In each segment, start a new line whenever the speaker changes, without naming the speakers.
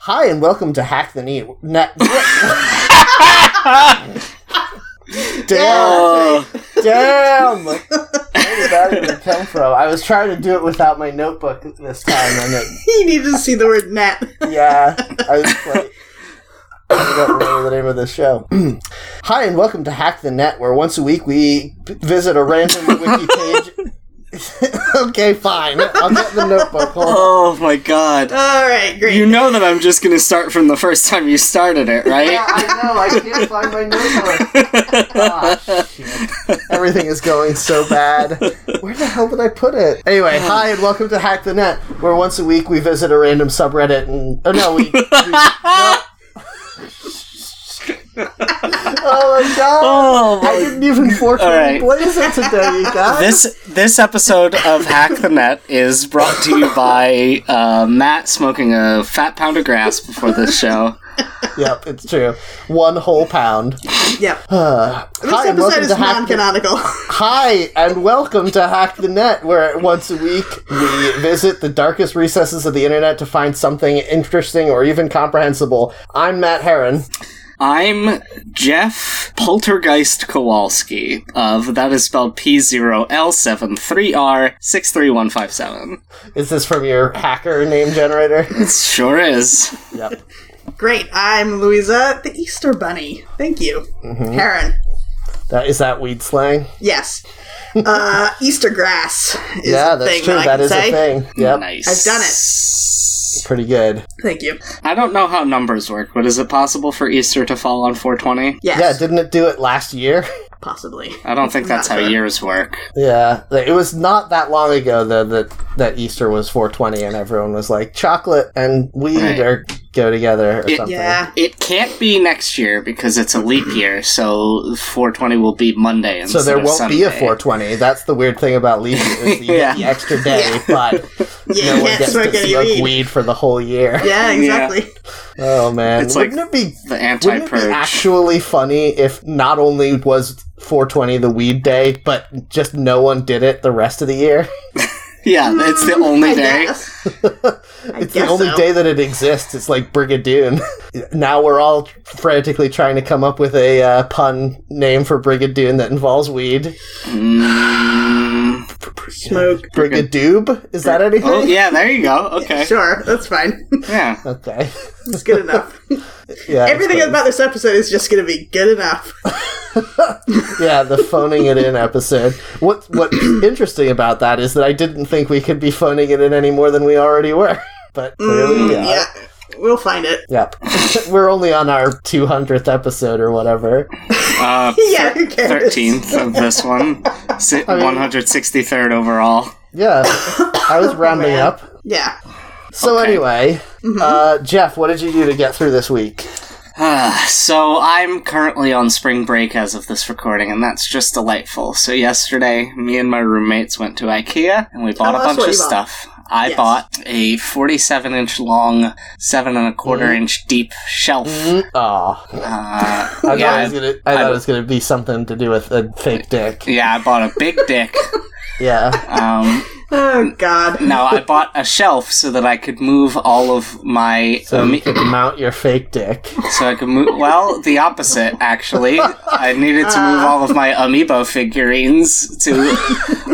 Hi and welcome to Hack the Knee. Na- damn,
Oh,
damn! Like, where did that even come from? I was trying to do it without my notebook this time, and it,
you need to see the word Nat.
yeah, I was like. I forgot to remember the name of this show. Hi and welcome to Hack the Net, where once a week we visit a random wiki page. okay, fine. I'll get the notebook. Hold on.
oh my god.
All right, great.
You know that I'm just gonna start from the first time you started it,
Yeah,
right?
I know. I can't find my notebook. Ah, shit. Everything is going so bad. Where the hell did I put it? Anyway,
Uh-huh.
hi and welcome to Hack the Net, where once a week we visit a random subreddit and oh no, we. we no. oh my god!
Oh
I
my
didn't even 4K
Alright.
blaze it today, you guys.
This this episode of Hack the Net is brought to you by uh, Matt smoking a fat pound of grass before this show.
Yep, it's true. One whole pound.
Yep.
Uh,
This
hi and
episode
welcome
is
to Hack the
non-canonical.
Hi, and welcome to Hack the Net, where once a week we visit the darkest recesses of the internet to find something interesting or even comprehensible. I'm Matt Heron.
I'm Jeff Poltergeist Kowalski of that is spelled P0L73R63157.
Is this from your hacker name generator?
It sure is.
yep.
great. I'm Louisa, the Easter Bunny. Thank you,
Mm-hmm.
Karen.
That is that weed slang?
Yes. Uh, Easter grass. Is
yeah,
a
that's
thing
true.
That, I
That
can
is
say.
a thing. Yep.
Nice.
I've done
it.
Pretty good.
Thank you.
I don't know how numbers work, but is it possible for Easter to fall on 420?
Yes.
Yeah, didn't it do it last year?
possibly.
I don't think that's how
Not sure.
years work.
yeah. It was not that long ago though that that Easter was 420 and everyone was like chocolate and weed
Right.
or go together or
It-
something.
Yeah.
It can't be next year because it's a leap year, so 420 will be Monday instead
So
of
there won't be a
Sunday.
420. That's the weird thing about leap year is that you
Yeah.
get the extra day, but
Yeah,
no
you
one
can't
gets
smoke
to
any
smoke
weed.
weed. for the whole year.
Yeah, exactly.
Oh man,
It's
wouldn't
like
it be
The
wouldn't it be
anti-purge.
actually funny if not only was 420 the weed day, but just no one did it the rest of the year?
Yeah, it's the
I
only day.
guess. I
It's the
guess
only
so.
day that it exists. It's like Brigadoon. now we're all frantically trying to come up with a uh, pun name for Brigadoon that involves weed.
Mm.
Smoke.
Brigadoob? Is that anything?
Oh, yeah, there you go. Okay.
Sure, that's fine.
Yeah.
Okay.
it's good enough.
Yeah. it's
Everything
pretty-
about this episode is just going to be good enough.
Uh-huh. yeah, the phoning it in episode. What what's interesting about that is that I didn't think we could be phoning it in any more than we already were. But clearly we
Mm.
are.
yeah, we'll find it.
Yep. we're only on our 200th episode or whatever.
Uh,
Yeah, who cares?
13th of this one. Si- 163rd overall.
Yeah. I was rounding
man.
up.
Yeah.
So
Okay. Mm-hmm.
anyway, uh, Jeff, what did you do to get through this week?
Ah, so I'm currently on spring break as of this recording, and that's just delightful. So yesterday, me and my roommates went to IKEA, and we bought
Oh,
a
that's
bunch
what
of
you bought.
stuff. I
Yes.
bought a 47 inch long, seven and a quarter
Mm-hmm.
inch deep shelf.
Oh, I
Uh,
thought
Mm. yeah,
it was gonna. I, thought it was gonna be something to do with a fake dick.
yeah, I bought a big dick.
Yeah.
Um,
Oh, God.
no, I bought a shelf so that I could move all of my
So
ame-
you could mount your fake dick.
So I could move. Well, the opposite, actually. I needed to move all of my amiibo figurines to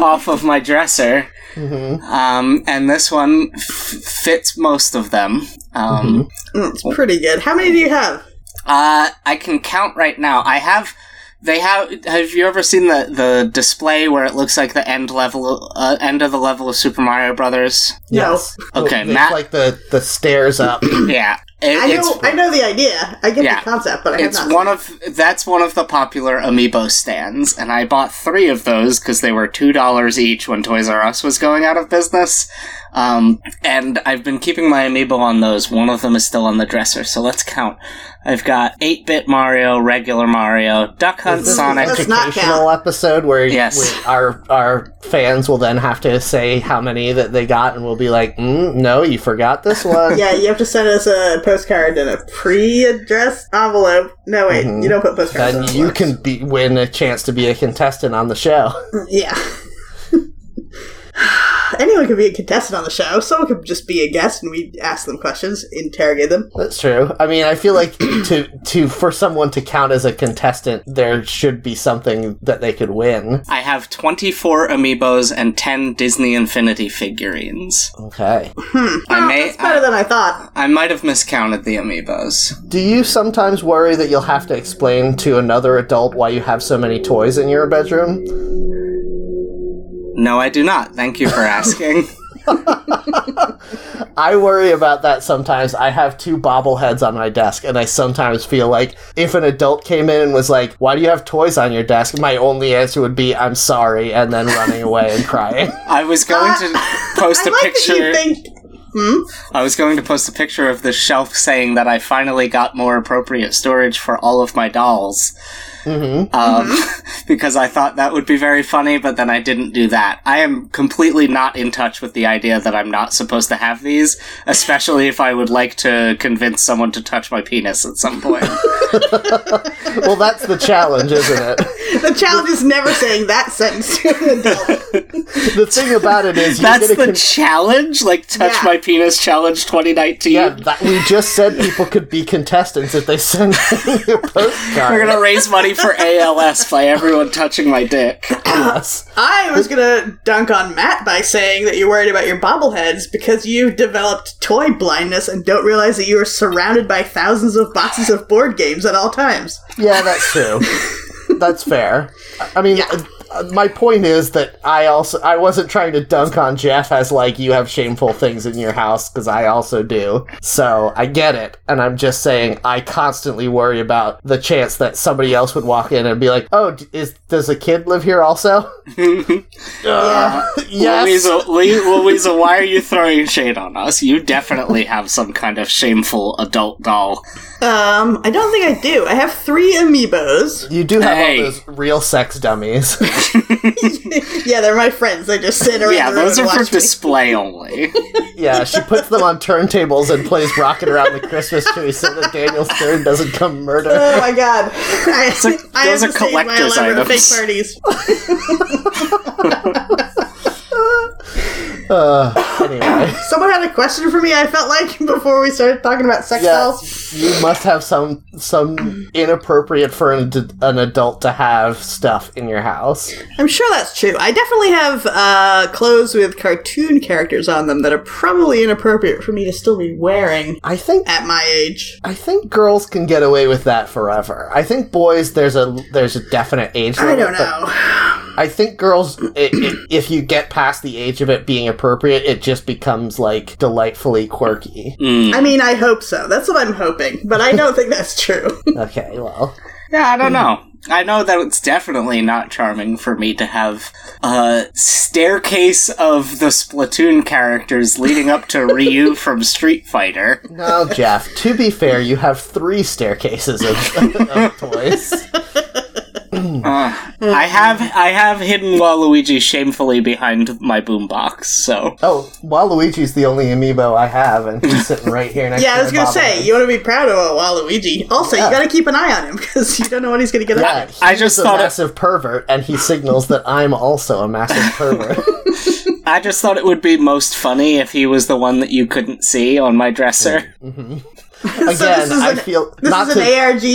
off of my dresser, um, and this one f- fits most of them. Um,
Mm, It's pretty good. How many do you have?
uh, I can count right now. I have. They have. Have you ever seen the the display where it looks like the end level, uh, end of the level of Super Mario Brothers?
No.
Okay,
it's
Matt-
like the the stairs up.
Yeah, It-
I
it's
know, I know the idea. I get
Yeah.
the concept, but I have
It's
not.
one of that's one of the popular amiibo stands, and I bought three of those because they were two dollars each when Toys R Us was going out of business. Um, and I've been keeping my amiibo on those. One of them is still on the dresser, so let's count. I've got eight bit Mario, regular Mario, Duck Hunt,
This is an
Sonic.
Let's not count.
educational episode where,
Yes.
where our our fans will then have to say how many that they got, and we'll be like, mm, "No, you forgot this one."
Yeah, you have to send us a postcard in a pre-addressed envelope. No, wait,
Mm-hmm.
you don't put postcards.
Then
in
you
envelopes.
can be, win a chance to be a contestant on the show.
Yeah. anyone could be a contestant on the show. Someone could just be a guest, and we ask them questions, interrogate them.
That's true. I mean, I feel like to to for someone to count as a contestant, there should be something that they could win.
I have 24 amiibos and 10 Disney Infinity figurines.
Okay.
Hmm.
I
Wow,
may-
that's better than I thought.
I might have miscounted the amiibos.
Do you sometimes worry that you'll have to explain to another adult why you have so many toys in your bedroom?
No, I do not. Thank you for asking.
I worry about that sometimes. I have two bobbleheads on my desk, and I sometimes feel like if an adult came in and was like, Why do you have toys on your desk? my only answer would be, I'm sorry, and then running away and crying.
I was going to post
Ah, I
a
like that
picture.
you think. Hmm?
I was going to post a picture of the shelf saying that I finally got more appropriate storage for all of my dolls.
Mm-hmm.
Um, because I thought that would be very funny, but then I didn't do that. I am completely not in touch with the idea that I'm not supposed to have these, especially if I would like to convince someone to touch my penis at some point.
Well, that's the challenge, isn't it?
The challenge is never saying that sentence to an adult.
The thing about it is, you're
That's
gonna
the
con-
challenge? Like, touch
Yeah.
my penis challenge 2019?
yeah, that, we just said people could be contestants if they send you a
We're
postcard.
gonna raise money for ALS by everyone touching my dick.
Yes.
I was gonna dunk on Matt by saying that you're worried about your bobbleheads because you've developed toy blindness and don't realize that you are surrounded by thousands of boxes of board games at all times.
Yeah, that's true. that's fair. I- I mean, uh, uh, my point is that I also I wasn't trying to dunk on Jeff as like you have shameful things in your house because I also do. So I get it, and I'm just saying I constantly worry about the chance that somebody else would walk in and be like, "Oh, d- is does a kid live here also?"
Uh,
yeah.
yes.
Louisa, Lu- Louisa, why are you throwing shade on us? You definitely have some kind of shameful adult doll.
Um, I don't think I do. I have three amiibos.
You do have
Hey.
all those real sex dummies.
yeah, they're my friends. They just sit around.
Yeah,
the room
those
and
are for
watch me.
display only.
yeah, she puts them on turntables and plays "Rockin' Around the Christmas Tree" so that Daniel Stern doesn't come murder. her.
Oh my god! I,
are-
I
those are
have to save my
collector's
elaborate
items.
fake parties.
Uh, anyway.
Someone had a question for me. I felt like before we started talking about sex
Yeah.
dolls.
you must have some some inappropriate for an, ad- an adult to have stuff in your house.
I'm sure that's true. I definitely have uh, clothes with cartoon characters on them that are probably inappropriate for me to still be wearing
I think
at my age.
I think girls can get away with that forever. I think boys there's a there's a definite age
I
limit. but
don't know.
I think girls i i if you get past the age of it being appropriate, it just becomes like delightfully quirky.
Mm.
I mean, I hope so. That's what I'm hoping, but I don't think that's true.
okay, well,
Yeah, I don't know. I know that it's definitely not charming for me to have a staircase of the Splatoon characters leading up to Ryu from Street Fighter.
no, Jeff. To be fair, you have three staircases of, of toys.
Uh, I have I have hidden Waluigi shamefully behind my boombox, so
Oh, Waluigi's the only amiibo I have, and he's sitting right here next.
Yeah,
to
I was
my
gonna say
bobblehead.
you want to be proud of a Waluigi. Also, you gotta keep an eye on him because you don't know when he's gonna get
Yeah,
up.
I
he's
just
a
thought it-
massive pervert, and he signals that I'm also a massive pervert.
I just thought it would be most funny if he was the one that you couldn't see on my dresser.
Again,
this is
I
an-
feel
This
not
is
to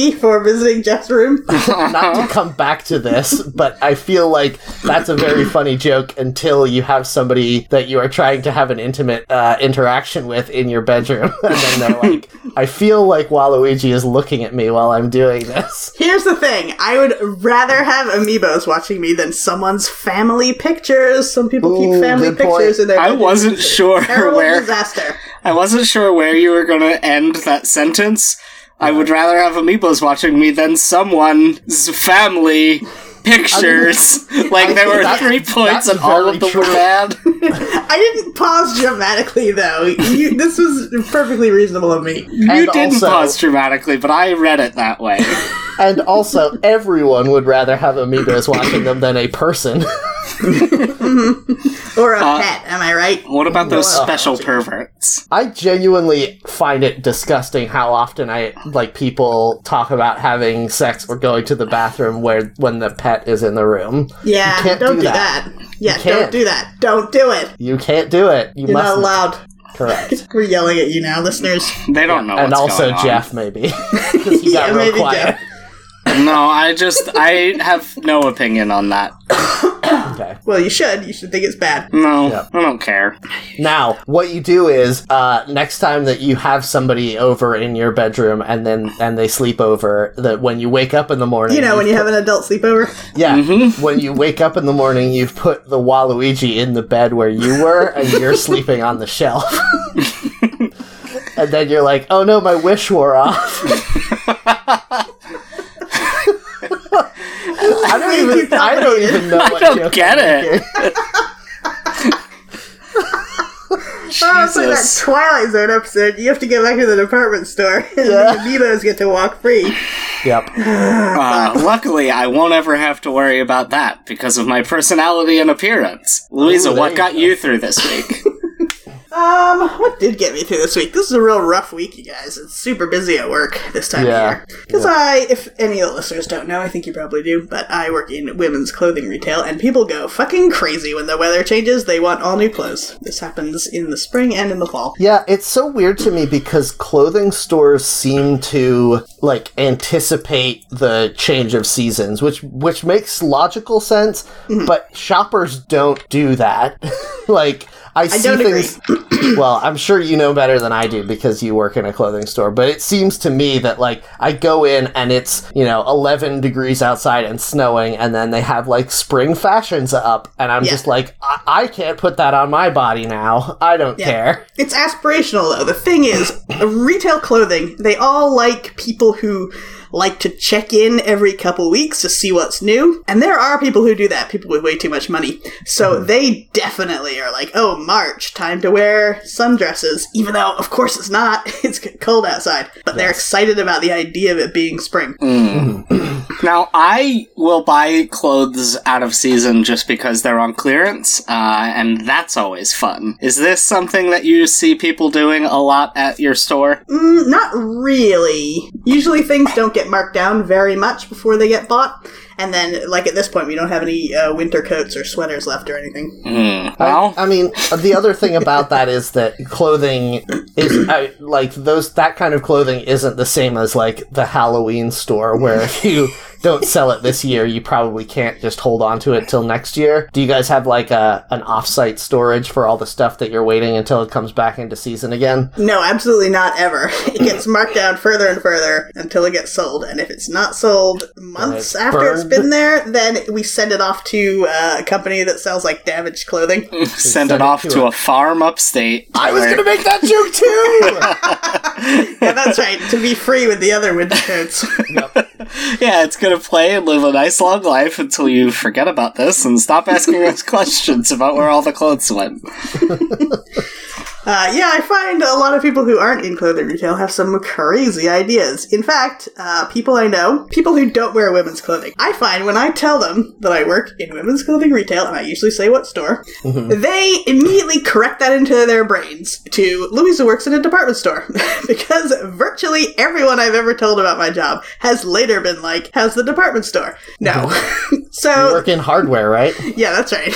an ARG for visiting Jeff's room.
not to come back to this, but I feel like that's a very funny joke until you have somebody that you are trying to have an intimate uh, interaction with in your bedroom, and then they're like, "I feel like Waluigi is looking at me while I'm doing this."
Here's the thing. I would rather have amiibos watching me than someone's family pictures. Some people
Ooh,
keep family
good point.
pictures in their
I
bedroom.
wasn't sure
terrible
where
disaster.
I wasn't sure where you were going to end that sentence. I would rather have amiibos watching me than someone's family pictures. like there were
that's-
three points
that's
and all
very
of them were
true.
bad.
I didn't pause dramatically though. You, this was perfectly reasonable of me.
you
And
didn't
also-
pause dramatically, but I read it that way.
And also, everyone would rather have amiibos watching them than a person.
Or a pet, am I right?
What about those
Wow.
special perverts?
I genuinely find it disgusting how often I like people talk about having sex or going to the bathroom where when the pet is in the room.
Yeah,
can't
don't
do
do
that.
that. Yeah,
can't.
don't do that. Don't do it.
You can't do it. You
You're not
must
allowed.
correct.
We're yelling at you now, listeners.
They don't know.
and
what's
also
going on.
Jeff maybe because he got
Yeah,
real
maybe
quiet.
No, I just I have no opinion on that.
Okay.
Well, you should. You should think it's bad.
No,
Yeah.
I don't care.
Now, what you do is uh, next time that you have somebody over in your bedroom and then and they sleep over, that when you wake up in the morning,
You know, when you have an adult sleepover.
yeah,
Mm-hmm.
when you wake up in the morning, you've put the Waluigi in the bed where you were, and you're sleeping on the shelf. and then you're like, "Oh no, my wish wore off." I don't even. I don't even know.
I
what
don't
joke
get
I'm
it.
making.
Oh, it's like that
Jesus.
Twilight Zone episode. You have to go back to the department store, and
Yeah.
the amiibos get to walk free.
Yep.
Uh, luckily, I won't ever have to worry about that because of my personality and appearance. Louisa,
Ooh, there
what
you
got
go.
you through this week?
Um, what did get me through this week? This is a real rough week, you guys. It's super busy at work this time
Yeah.
of year. Because I, if any of the listeners don't know, I think you probably do, but I work in women's clothing retail, and people go fucking crazy when the weather changes. They want all new clothes. This happens in the spring and in the fall.
Yeah, it's so weird to me because clothing stores seem to like anticipate the change of seasons, which which makes logical sense,
Mm-hmm.
but shoppers don't do that. like I, see
don't agree.
things well, I'm sure you know better than I do because you work in a clothing store, but it seems to me that like I go in and it's, you know, 11 degrees outside and snowing and then they have like spring fashions up and I'm
Yeah.
just like I-, I can't put that on my body now. I don't
Yeah.
care.
It's aspirational, though. The thing is, retail clothing, they all like people who like to check in every couple weeks to see what's new. And there are people who do that, people with way too much money. So they definitely are like, oh, March, time to wear sundresses, even though, of course, it's not. It's cold outside. But they're excited about the idea of it being spring.
Now, I will buy clothes out of season just because they're on clearance, uh, and that's always fun. Is this something that you see people doing a lot at your store?
Mm, not really. Usually things don't get marked down very much before they get bought. And then, like at this point, we don't have any uh, winter coats or sweaters left or anything.
Mm.
I-
Well,
I, mean, the other thing about that is that clothing is I, like those that kind of clothing isn't the same as like the Halloween store where if you don't sell it this year, you probably can't just hold on to it till next year. Do you guys have like a an offsite storage for all the stuff that you're waiting until it comes back into season again?
No, absolutely not ever. It gets marked down further and further until it gets sold. And if it's not sold months
it's
after it's
burned.
been there, then we send it off to uh, a company that sells like damaged clothing.
send it off to a farm upstate.
I was
where-
gonna make that joke too.
yeah, that's right. To be free with the other winter coats.
Yeah, it's gonna play and live a nice long life until you forget about this and stop asking us questions about where all the clothes went.
Uh, yeah, I find a lot of people who aren't in clothing retail have some crazy ideas. In fact, uh, people I know, people who don't wear women's clothing, I find when I tell them that I work in women's clothing retail, and I usually say what store, they immediately correct that into their brains to Louisa works in a department store. because virtually everyone I've ever told about my job has later been like, how's the department store? No. so
Work in hardware, right?
yeah, that's right.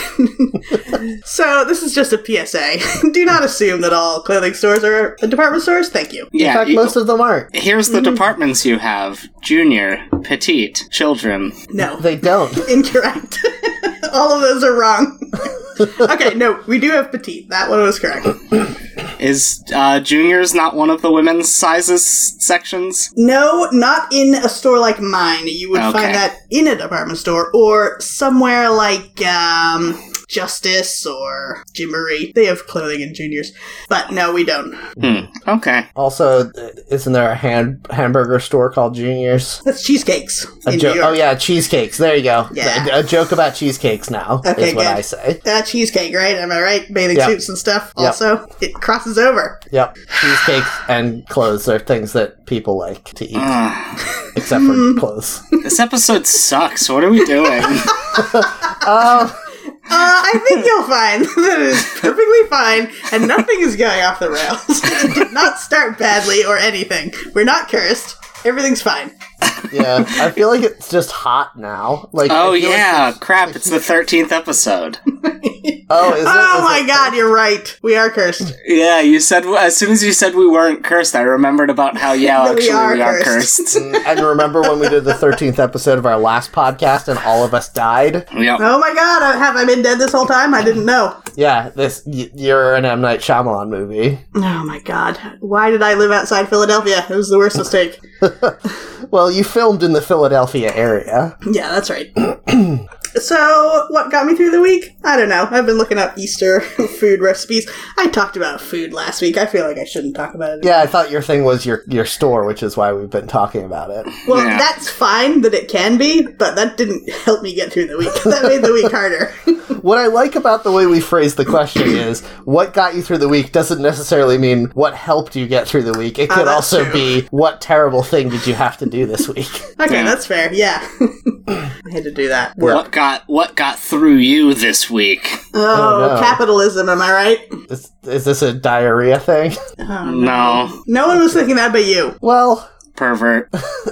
so this is just a PSA. Do not assume that all clothing stores are department stores. Thank you.
In
Yeah,
fact,
you-
most of them aren't.
here's
Mm-hmm.
the departments you have: junior, petite, children.
No,
They don't.
incorrect. all of those are wrong. okay, no, we do have petite. That one was correct.
Is uh, juniors not one of the women's sizes sections?
No, not in a store like mine. You would
Okay.
find that in a department store or somewhere like um, Justice or Gymboree. They have clothing in juniors, but no, we don't.
Hmm. Okay.
Also, uh, isn't there a hand hamburger store called Juniors?
That's cheesecakes
A
in
jo-
New York.
oh yeah, cheesecakes. There you go.
Yeah.
A, a joke about cheesecakes now
Okay,
is what
good.
I say.
uh, cheesecake, right? Am I right? Bathing
Yeah.
suits and stuff.
Yeah.
Also, it crosses over.
Yep. Cheesecakes and clothes are things that people like to eat,
Ugh.
Ah.
except for clothes.
this episode sucks. What are we doing?
Oh,
Uh, I think you'll find that it is perfectly fine and nothing is going off the rails. it did not start badly or anything. We're not cursed. Everything's fine.
yeah, I feel like it's just hot now. Like,
Oh
I feel like
yeah,
it's-
crap! It's the thirteenth episode.
oh, is it,
oh
is
my
it-
god, you're right. We are cursed.
Yeah, you said as soon as you said we weren't cursed, I remembered about how yeah,
That we
actually
are
we are
cursed.
cursed.
Mm, I remember when we did the thirteenth episode of our last podcast, and all of us died.
yeah,
Oh my god, I- have I been dead this whole time? I didn't know.
Yeah, this y- you're an M Night Shyamalan movie.
Oh my god. Why did I live outside Philadelphia? It was the worst mistake.
Well, you filmed in the Philadelphia area.
Yeah, that's right. so, what got me through the week? I don't know. I've been looking up Easter food recipes. I talked about food last week. I feel like I shouldn't talk about it.
Yeah, I thought your thing was your your store, which is why we've been talking about it.
Well,
Yeah.
that's fine that it can be, but that didn't help me get through the week. That made the week harder.
What I like about the way we phrase the question is what got you through the week doesn't necessarily mean what helped you get through the week. It
Oh,
could
that's
also
true.
be what terrible thing did you have to do this week?
Okay,
Yeah.
that's fair. Yeah. I had to do that.
what got what got through you this week?
Oh,
Oh, no.
capitalism, am I right?
Is, is this a diarrhea thing?
No,
No one was thinking that but you.
Well,
pervert.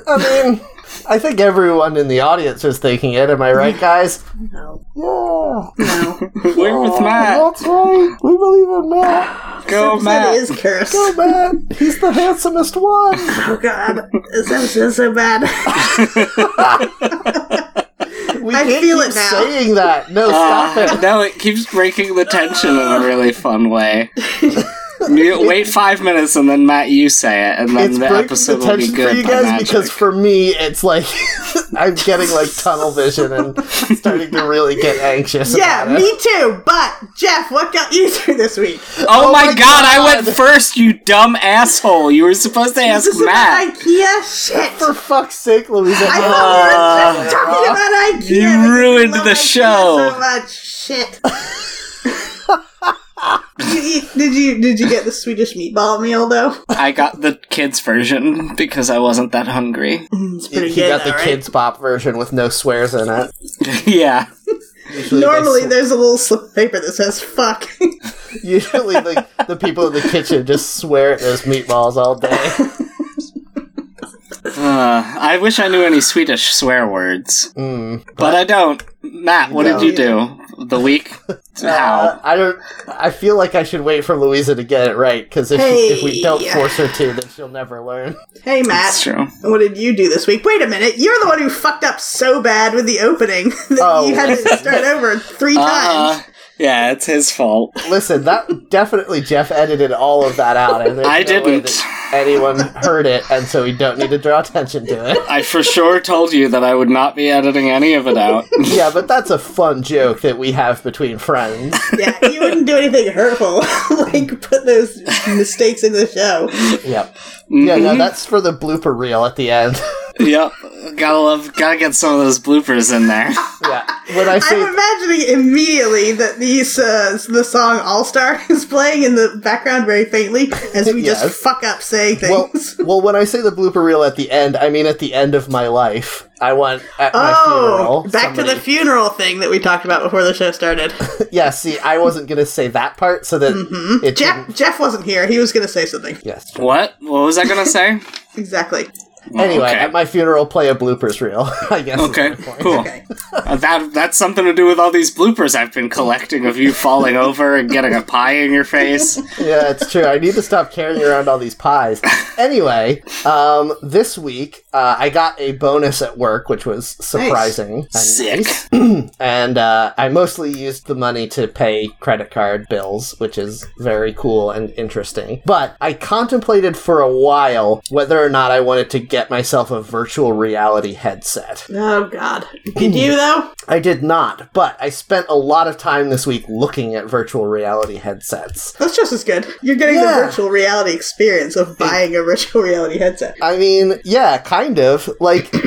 I mean, I think everyone in the audience was thinking it. Am I right, guys?
No.
Yeah.
No.
We're with Matt.
That's right. We believe in Matt.
Go
That
Matt.
is cursed.
Go, Matt. He's the handsomest one.
Oh god, this episode is so bad.
We
I
can't
feel
keep
it now.
saying that. No, stop
Uh,
it.
no, it keeps breaking the tension in a really fun way. You- Wait five minutes and then Matt, you say it, and then
it's
the
breaking
episode
the
will be
tension
good.
for you
by
guys
magic.
because for me it's like I'm getting like tunnel vision and starting to really get anxious.
yeah,
about it.
me too. But Jeff, what got you through this week?
oh, my
my
god, I
God.
went first, you dumb asshole. You were supposed to ask
This is
Matt.
about IKEA shit.
For fuck's sake, Louisa.
I
no.
thought we were just talking
Uh,
about IKEA.
you
because
ruined
love
the
IKEA
show.
So much shit. did, you eat, did you did you get the Swedish meatball meal though?
I got the kids version because I wasn't that hungry.
It's pretty
he
good.
got the
though, right?
kids pop version with no swears in it.
yeah.
Usually they
Normally,
sw-
there's a little slip of paper that says "fuck."
usually the, the people in the kitchen just swear at those meatballs all day.
Uh, I wish I knew any Swedish swear words,
Mm.
but I don't. Matt, what
don't.
did you do the week?
Uh,
How?
I don't. I feel like I should wait for Louisa to get it right because if, she- if we don't
Hey.
force her to, then she'll never learn.
hey,
That's
Matt,
true.
what did you do this week? Wait a minute, you're the one who fucked up so bad with the opening that
Oh.
you had to start over three
Uh,
times.
yeah, it's his fault.
Listen, that definitely Jeff edited all of that out. And there's
I
no way
didn't.
that anyone heard it, and so we don't need to draw attention to it.
I for sure told you that I would not be editing any of it out.
Yeah, but that's a fun joke that we have between friends.
yeah, you wouldn't do anything hurtful, like put those mistakes in the show.
Yep. Yeah,
Mm-hmm.
no, that's for the blooper reel at the end.
yep. Gotta love. Gotta get some of those bloopers in there.
Yeah. When I
I'm
say
imagining immediately that these uh, the song All Star is playing in the background very faintly as we
Yes.
just fuck up saying things.
well, well, when I say the blooper reel at the end, I mean at the end of my life. I want at my
Oh,
funeral.
back to the funeral thing that we talked about before the show started.
the yeah. See, I wasn't gonna say that part, so that it didn't.
Mm-hmm. Jeff Jeff wasn't here. He was going to say something.
Yes. Jeff.
What? What was I gonna say?
Exactly.
Anyway,
okay.
at my funeral, play a bloopers reel. I guess. is
Okay,
my point.
cool.
Okay.
Uh, that that's something to do with all these bloopers I've been collecting of you falling over and getting a pie in your face.
yeah, it's true. I need to stop carrying around all these pies. Anyway, um, this week uh, I got a bonus at work, which was surprising. and
Sick.
nice. and uh, I mostly used the money to pay credit card bills, which is very cool and interesting. But I contemplated for a while whether or not I wanted to get myself a virtual reality headset.
Oh God. Did you though?
I did not, but I spent a lot of time this week looking at virtual reality headsets.
That's just as good. You're getting
Yeah.
the virtual reality experience of buying a virtual reality headset.
I mean, yeah, kind of. Like,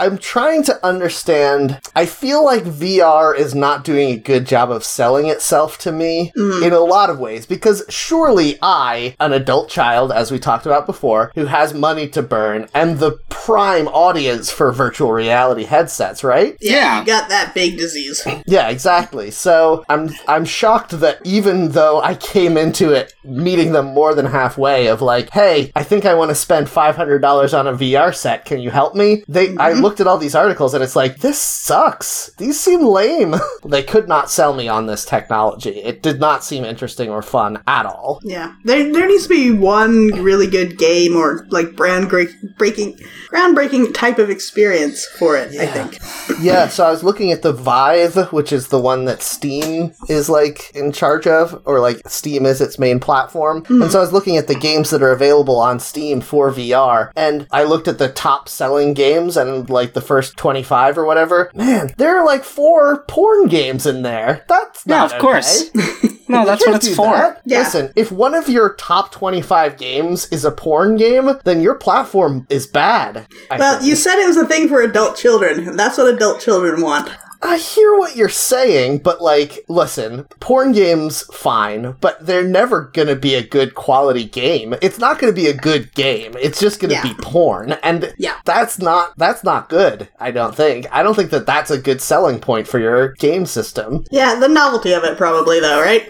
I'm trying to understand. I feel like VR is not doing a good job of selling itself to me
Mm.
in a lot of ways because surely I, an adult child, as we talked about before, who has money to burn, am the prime audience for virtual reality headsets, right?
Yeah.
You got that big disease.
Yeah, exactly. So I'm I'm shocked that even though I came into it meeting them more than halfway of like, hey, I think I want to spend five hundred dollars on a VR set. Can you help me? They I looked at all these articles and it's like this sucks. These seem lame. they could not sell me on this technology. It did not seem interesting or fun at all.
Yeah, there there needs to be one really good game or like brand break- breaking, groundbreaking type of experience for it. I
Yeah.
think.
yeah, so I was looking at the Vive, which is the one that Steam is like in charge of, or like Steam is its main platform.
Hmm.
And so I was looking at the games that are available on Steam for VR, and I looked at the top selling games and like the first 25 or whatever. Man, there are like four porn games in there. That's
Yeah,
not
of course.
okay.
no,
You
that's
can't
what it's
do
for.
that.
Yeah.
Listen, if one of your top 25 games is a porn game, then your platform is bad. I
Well,
think.
you said it was a thing for adult children. That's what adult children want.
I hear what you're saying, but like, listen, porn games, fine, but they're never gonna be a good quality game. It's not gonna be a good game. It's just gonna
Yeah.
be porn, and
Yeah.
that's not that's not good. I don't think. I don't think that that's a good selling point for your game system
Yeah, the novelty of it probably though, right?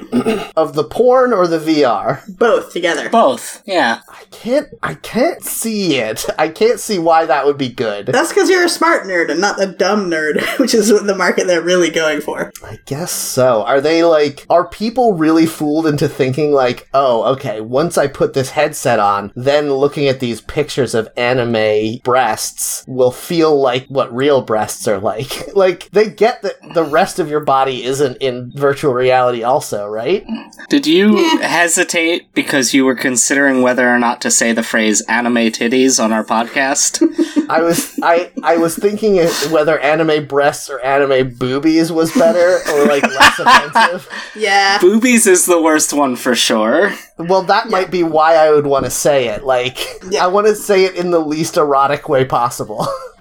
of the porn or the VR.
Both together.
Both. Yeah.
I can't. I can't see it. I can't see why that would be good.
That's because you're a smart nerd and not the dumb nerd, which is the market they're really going for.
I guess so. Are they like, are people really fooled into thinking, like, oh, okay, once I put this headset on, then looking at these pictures of anime breasts will feel like what real breasts are like? like, they get that the rest of your body isn't in virtual reality, also, right?
Did you hesitate because you were considering whether or not to say the phrase anime titties on our podcast?
I was, I, I was thinking it- whether anime breasts or anime boobies was better or like less offensive.
Yeah.
Boobies is the worst one for sure.
Well, that might be why I would want to say it. Like,
Yeah.
I want to say it in the least erotic way possible.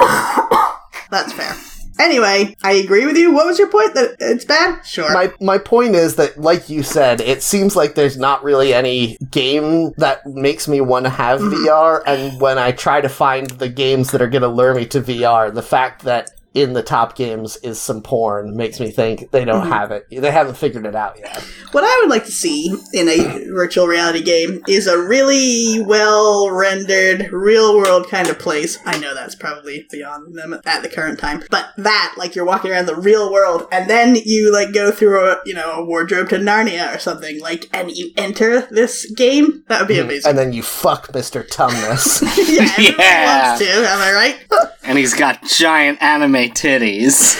That's fair. Anyway, I agree with you. What was your point? That it's bad? Sure.
my my point is that, like you said, it seems like there's not really any game that makes me want to have
Mm-hmm.
VR. And when I try to find the games that are going to lure me to VR, the fact that in the top games is some porn makes me think they don't
Mm-hmm.
have it. They haven't figured it out yet.
What I would like to see in a virtual reality game is a really well rendered, real world kind of place. I know that's probably beyond them at the current time, but that, like you're walking around the real world and then you like go through a, you know, a wardrobe to Narnia or something, like, and you enter this game, that would
Hmm.
be amazing.
And then you fuck Mr. Tumnus.
yeah, everyone
Yeah.
wants to, am I right?
And he's got giant anime titties.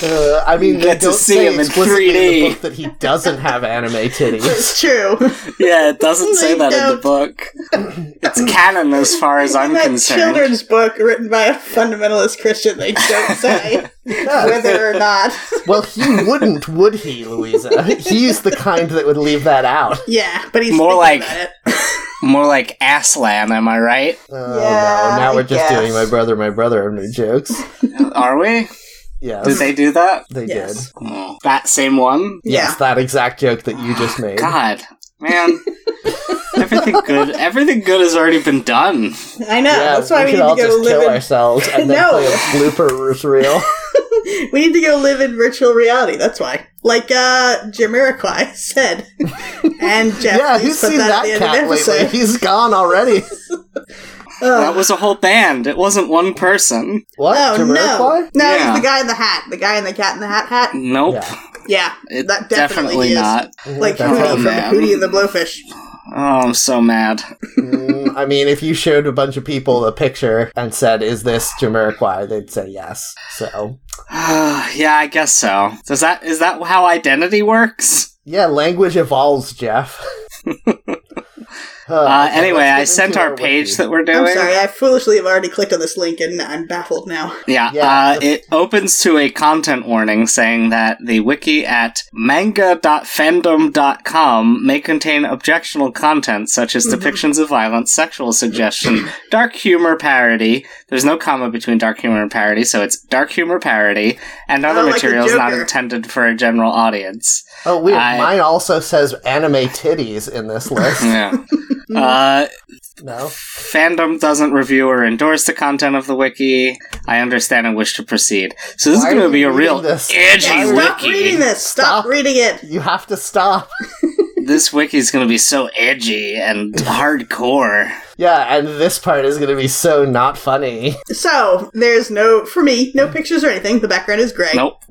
Uh, I mean,
You
they
get to
don't
see
say
him in
explicitly
3D.
the book that he doesn't have anime titties.
It's true.
Yeah, it doesn't say
They
that in the
don't.
book. It's canon as far as I'm
that
concerned.
children's book written by a fundamentalist Christian, they don't say whether or not.
Well, he wouldn't, would he, Louisa? He's the kind that would leave that out.
Yeah, but he's
More
thinking
like-
about it.
More like Aslan, am I right?
Oh
Yeah,
no! Now we're
I
just doing my
guess.
brother, my brother, and me jokes.
Are we?
Yes,
Did they do that?
they
Yes.
did.
Oh, That same one?
Yes, that exact joke that you just made.
God, man. everything good everything good has already been done.
Yeah, I know.
Yeah,
that's why we,
could
need
all
to go
just kill
live in.
ourselves and then
No.
play a blooper reel.
We need to go live in virtual reality. That's why. Like uh, Jamiroquai said, and Jeff.
yeah,
please
who's
put
seen
that,
that,
at the end
cat
of the
lately?
episode.
He's gone already.
That was a whole band. It wasn't one person.
What?
Oh no!
Jamiroquai?
No,
Yeah.
it's the guy in the hat. The guy in the cat in the hat hat.
Nope.
Yeah.
Yeah,
It
that
definitely,
definitely, is.
not.
Like
That's
Hootie
all,
from
man.
Hootie and the Blowfish.
Oh, I'm so mad.
Mm, I mean, if you showed a bunch of people a picture and said, "Is this Jamiroquai?" they'd say yes. So
yeah, I guess so. Does that is that how identity works?
yeah, language evolves, Jeff.
Uh, anyway, I sent our page that we're doing.
I'm sorry, I foolishly have already clicked on this link and I'm baffled now.
Yeah,
Yeah,
uh,
the-
it opens to a content warning saying that the wiki at manga.fandom.com may contain objectionable content such as
Mm-hmm.
depictions of violence, sexual suggestion, dark humor parody. There's no comma between dark humor and parody, so it's dark humor parody and other
Oh, like the
materials not
Joker.
intended for a general audience.
Oh, weird.
I-
Mine also says anime titties in this list.
Yeah. uh,
no.
fandom doesn't review or endorse the content of the wiki. I understand and wish to proceed. So this
Why
is
are
going to
you
be a
reading
real
this?
edgy
Stop
wiki.
reading this! Stop,
Stop.
reading it!
You have to stop.
This wiki is going to be so edgy and hardcore.
Yeah, and this part is going to be so not funny.
So, there's no, for me, no pictures or anything. The background is gray.
Nope.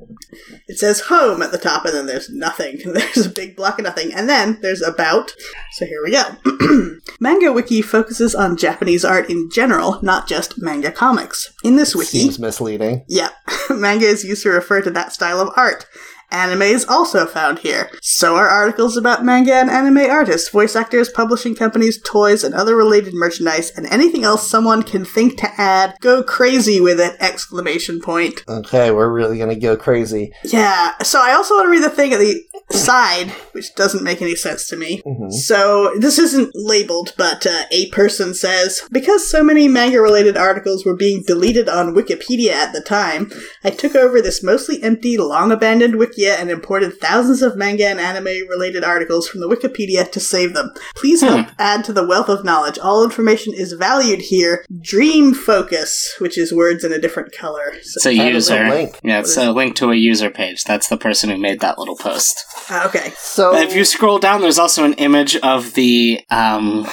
It says home at the top, and then there's nothing. There's a big block of nothing. And then there's about. So here we go. manga Wiki focuses on Japanese art in general, not just manga comics. In this wiki.
Seems misleading.
Yeah, manga is used to refer to that style of art. Anime is also found here. So are articles about manga and anime artists, voice actors, publishing companies, toys, and other related merchandise, and anything else someone can think to add. Go crazy with it! Exclamation point.
Okay, we're really going to go crazy.
Yeah. So I also want to read the thing at the side, which doesn't make any sense to me.
Mhm.
So this isn't labeled, but uh, a person says because so many manga-related articles were being deleted on Wikipedia at the time, I took over this mostly empty, long-abandoned Wikia and imported thousands of manga and anime-related articles from the Wikipedia to save them. Please help add to the wealth of knowledge. All information is valued here. Dream focus, which is words in a different color. So
It's a
That is a
user.
link.
Yeah, it's a link to a user page. That's the person who made that little post.
Ah, okay.
So,
If you scroll down, there's also an image of the um,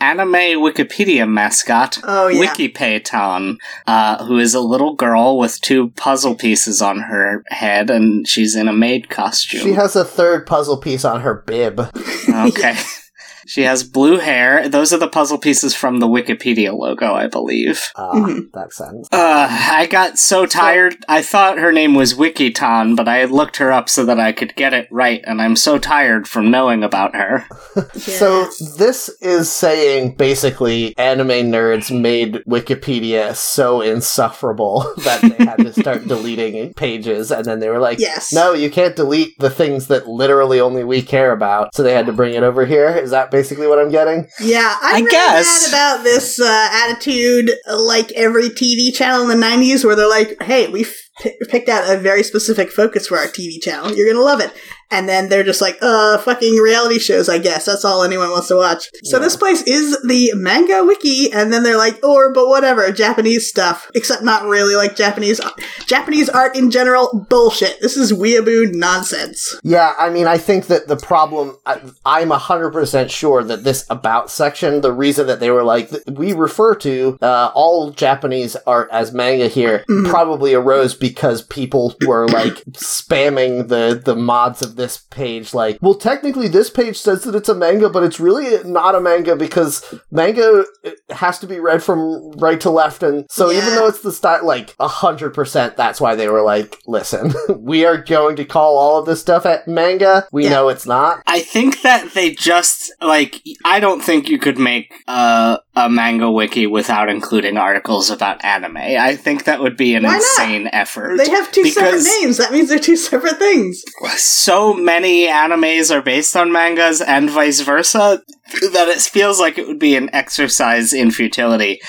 anime Wikipedia mascot,
Oh, yeah.
Wikipayton, uh, who is a little girl with two puzzle pieces on her head, and she's in a maid costume.
she has a third puzzle piece on her bib.
Okay. She has blue hair. Those are the puzzle pieces from the Wikipedia logo, I believe.
Ah,
Mm-hmm.
Mhm.
that sounds.
Uh, I got so tired. I thought her name was Wikiton, but I had looked her up so that I could get it right, and I'm so tired from knowing about her.
So this is saying basically anime nerds made Wikipedia so insufferable that they had to start deleting pages and then they were like
Yes.
no you can't delete the things that literally only we care about so they had to bring it over here is that basically what I'm getting
Yeah, I'm
I
really
guess.
mad about this uh, attitude, uh, like every TV channel in the '90s, where they're like, "Hey, we p- picked out a very specific focus for our TV channel. You're gonna love it," and then they're just like, "Uh, fucking reality shows. I guess that's all anyone wants to watch." So
Yeah.
this place is the manga wiki, and then they're like, "Or, but whatever, Japanese stuff, except not really like Japanese uh, Japanese art in general. Bullshit. This is weeaboo nonsense."
yeah I mean I think that the problem I, I'm 100% sure that this about section the reason that they were like th- we refer to uh, all Japanese art as manga here
Mhm.
probably arose because people were like spamming the the mods of this page like well technically this page says that it's a manga but it's really not a manga because manga uh, has to be read from right to left and so even
Yeah.
though it's the style like 100% that's why they were like listen we are going to call all of this stuff at manga we
Yeah.
know it's not
I think that they just, like, I don't think you could make uh, a manga wiki without including articles about anime. I think that would be an
Why not?
insane effort.
They have two separate
Because-
names. That means they're two separate things.
so many animes are based on mangas and vice versa that it feels like it would be an exercise in futility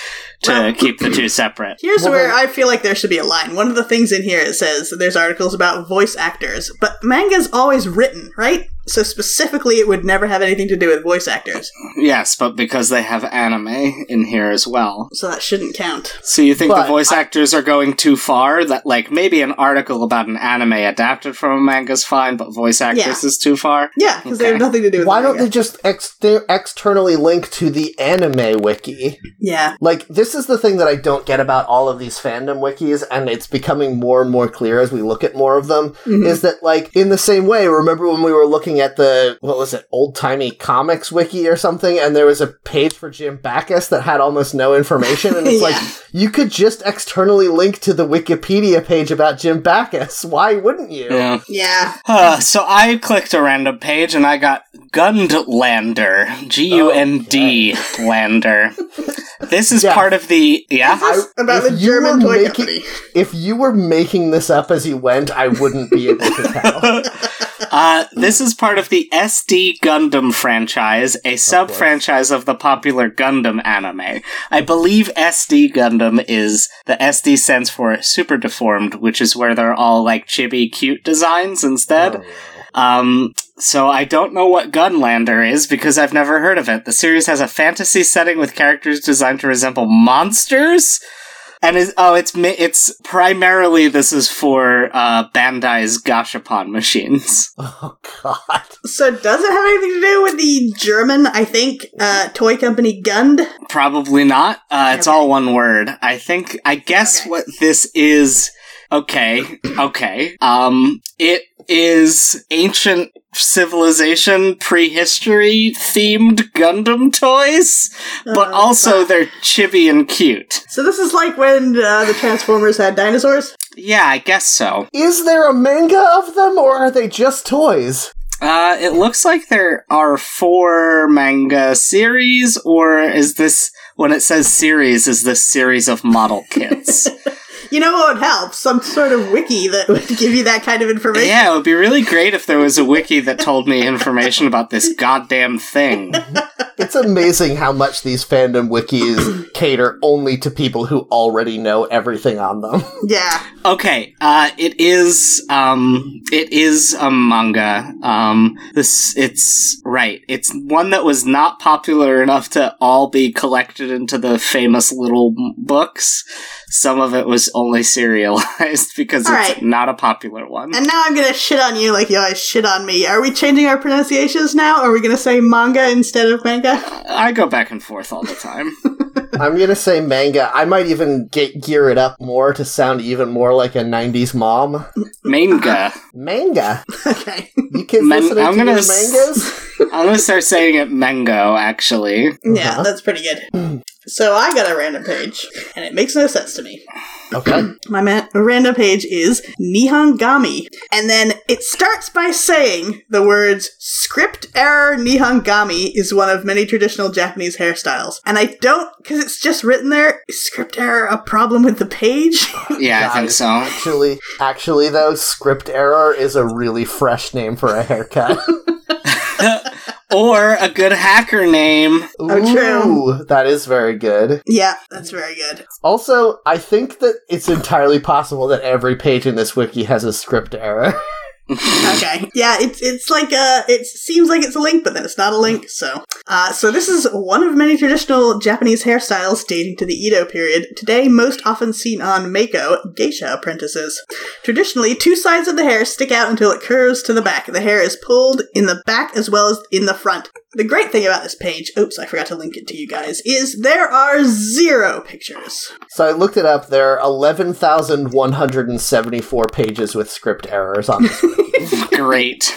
to
Well-
keep the two separate.
Here's
Well,
where
then-
I feel like there should be a line. One of the things in here it says that there's articles about voice actors, but manga's always written, right? So specifically, it would never have anything to do with voice actors,
Yes, but because they have anime in here as well.
so that shouldn't count.
So you think
But
the voice actors are going too far? That like maybe an article about an anime adapted from a manga is fine, but voice actors is too far.
Yeah, because they have
Okay.
nothing to do with.
why
the
don't
manga.
they just ex- externally link to the anime wiki
Yeah,
Like, this is the thing that I don't get about all of these fandom wikis, and it's becoming more and more clear as we look at more of them,
Mhm.
is that, like, in the same way, remember when we were looking at the, what was it, old timey comics wiki or something, and there was a page for Jim Backus that had almost no information, and it's
Yeah.
like, you could just externally link to the Wikipedia page about Jim Backus. Why wouldn't you?
Yeah.
yeah.
Uh, so I clicked a random page and I got Gundlander. G U N D Lander. This is
Oh, Yeah.
part of the. Yeah?
I-
About
if
the
you
German
were
toy
making-
company.
If you were making this up as you went, I wouldn't be able to tell.
Uh, this is part of the SD Gundam franchise, a sub franchise of the popular Gundam anime. I believe SD Gundam is the SD stands for Super Deformed, which is where they're all like chibi cute designs instead. Um, so I don't know what Gunlander is because I've never heard of it. The series has a fantasy setting with characters designed to resemble monsters. And is, oh, it's ma- it's primarily this is for uh, Bandai's Gashapon machines.
Oh god.
So does it have anything to do with the German, I think, uh, toy company Gund?
Probably not. Uh, it's
Okay.
all one word. I think. I guess
Okay.
what this is. Okay. Okay. Um. It is ancient civilization prehistory themed Gundam toys, but
Uh,
also they're chibi and cute.
So this is like when uh, the Transformers had dinosaurs?
Yeah, I guess so.
Is there a manga of them or are they just toys?
Uh, it looks like there are four manga series, or is this when it says series? Is this series of model kits?
You know what would help? Some sort of wiki that would give you that kind of information.
Yeah, it would be really great if there was a wiki that told me information about this goddamn thing.
It's amazing how much these fandom wikis cater only to people who already know everything on them.
Yeah.
Okay, uh, it is, um, it is a manga. Um, this, it's, right. It's one that was not popular enough to all be collected into the famous little m- books. Some of it was only serialized because
All
it's
right.
not a popular one.
And now I'm gonna shit on you like you always shit on me. Are we changing our pronunciations now? Are we gonna say manga instead of manga?
I go back and forth all the time.
I'm gonna say manga. I might even get gear it up more to sound even more like a '90s mom.
Manga.
Manga.
okay.
You kids
Man-
listening
I'm
to
gonna
your
s-
mangas?
I'm gonna start saying it mango, actually.
Yeah, that's pretty good. So I got a random page, and it makes no sense to me.
Okay.
My man- random page is Nihongami. And then it starts by saying the words script error Nihongami is one of many traditional Japanese hairstyles. And I don't, because it's just written there, is script error a problem with the page?
Yeah, I think
Guys.
so.
Actually, actually though, script error is a really fresh name for a haircut.
or a good hacker name.
Oh, true.
Ooh, that is very good.
yeah, that's very good.
Also, I think that it's entirely possible that every page in this wiki has a script error.
Okay. Yeah, it's it's like a it seems like it's a link, but then it's not a link. So, uh, so this is one of many traditional Japanese hairstyles dating to the Edo period. Today, most often seen on Mako geisha apprentices. Traditionally, two sides of the hair stick out until it curves to the back. The hair is pulled in the back as well as in the front. The great thing about this page, oops, I forgot to link it to you guys, is there are zero pictures.
So I looked it up. There are 11,174 pages with script errors on this. wiki.
Great.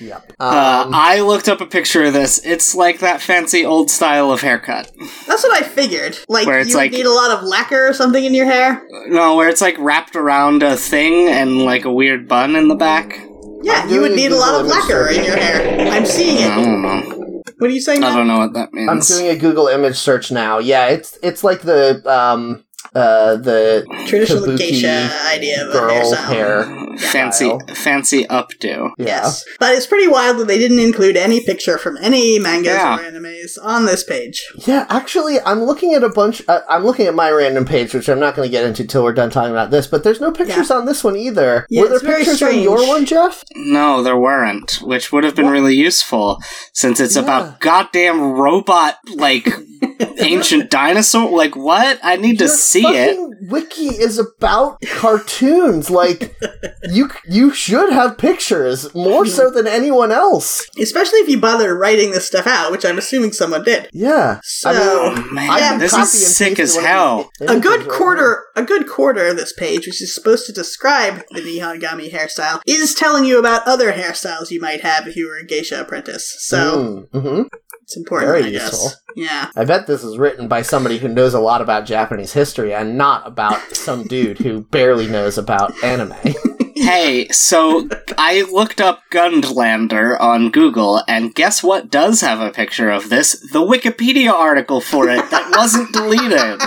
yep.
Uh,
Um,
I looked up a picture of this. It's like that fancy old style of haircut.
That's what I figured. Like
Where it's
you would
like-
need a lot of lacquer or something in your hair.
No, where it's like wrapped around a thing and like a weird bun in the back.
Yeah,
I'm
you would
doing
need a
Google
lot of
image
lacquer
search.
in your hair. I'm seeing
I
it.
don't know.
What are you saying?
I
Matt?
don't know what that
I'm
means.
doing a Google image search now. Yeah, it's it's like the um uh the
Traditional
kabuki
geisha idea of a
girl
hairstyle.
hair.
fancy,
Style.
fancy updo.
Yeah.
Yes, but it's pretty wild that they didn't include any picture from any mangas
Yeah.
or animes on this page.
Yeah, actually, I'm looking at a bunch. Uh, I'm looking at my random page, which I'm not going to get into till we're done talking about this. But there's no pictures on this one either.
Yeah,
Were there
it's very
pictures on
strange.
your one, Jeff?
No, there weren't, which would have been really useful since it's about goddamn robot, like ancient dinosaur. Like what? I need to
Your
see it.
fucking Wiki is about cartoons. Like you, you should have pictures more so than anyone else.
Especially if you bother writing this stuff out, which I'm assuming someone did.
Yeah.
So
Man,
I can
this
copy
is
and
sick
paste
as
one of
hell.
these
a
images
good
right
quarter, a good quarter of this page, which is supposed to describe the Nihongami hairstyle, is telling you about other hairstyles you might have if you were a geisha apprentice. So
now. Mm, mhm.
it's important,
Very
I guess.
useful.
Yeah.
I bet this is written by somebody who knows a lot about Japanese history and not about some dude who barely knows about anime.
Hey, so I looked up Gundlander on Google, and guess what does have a picture of this? The Wikipedia article for it that wasn't deleted.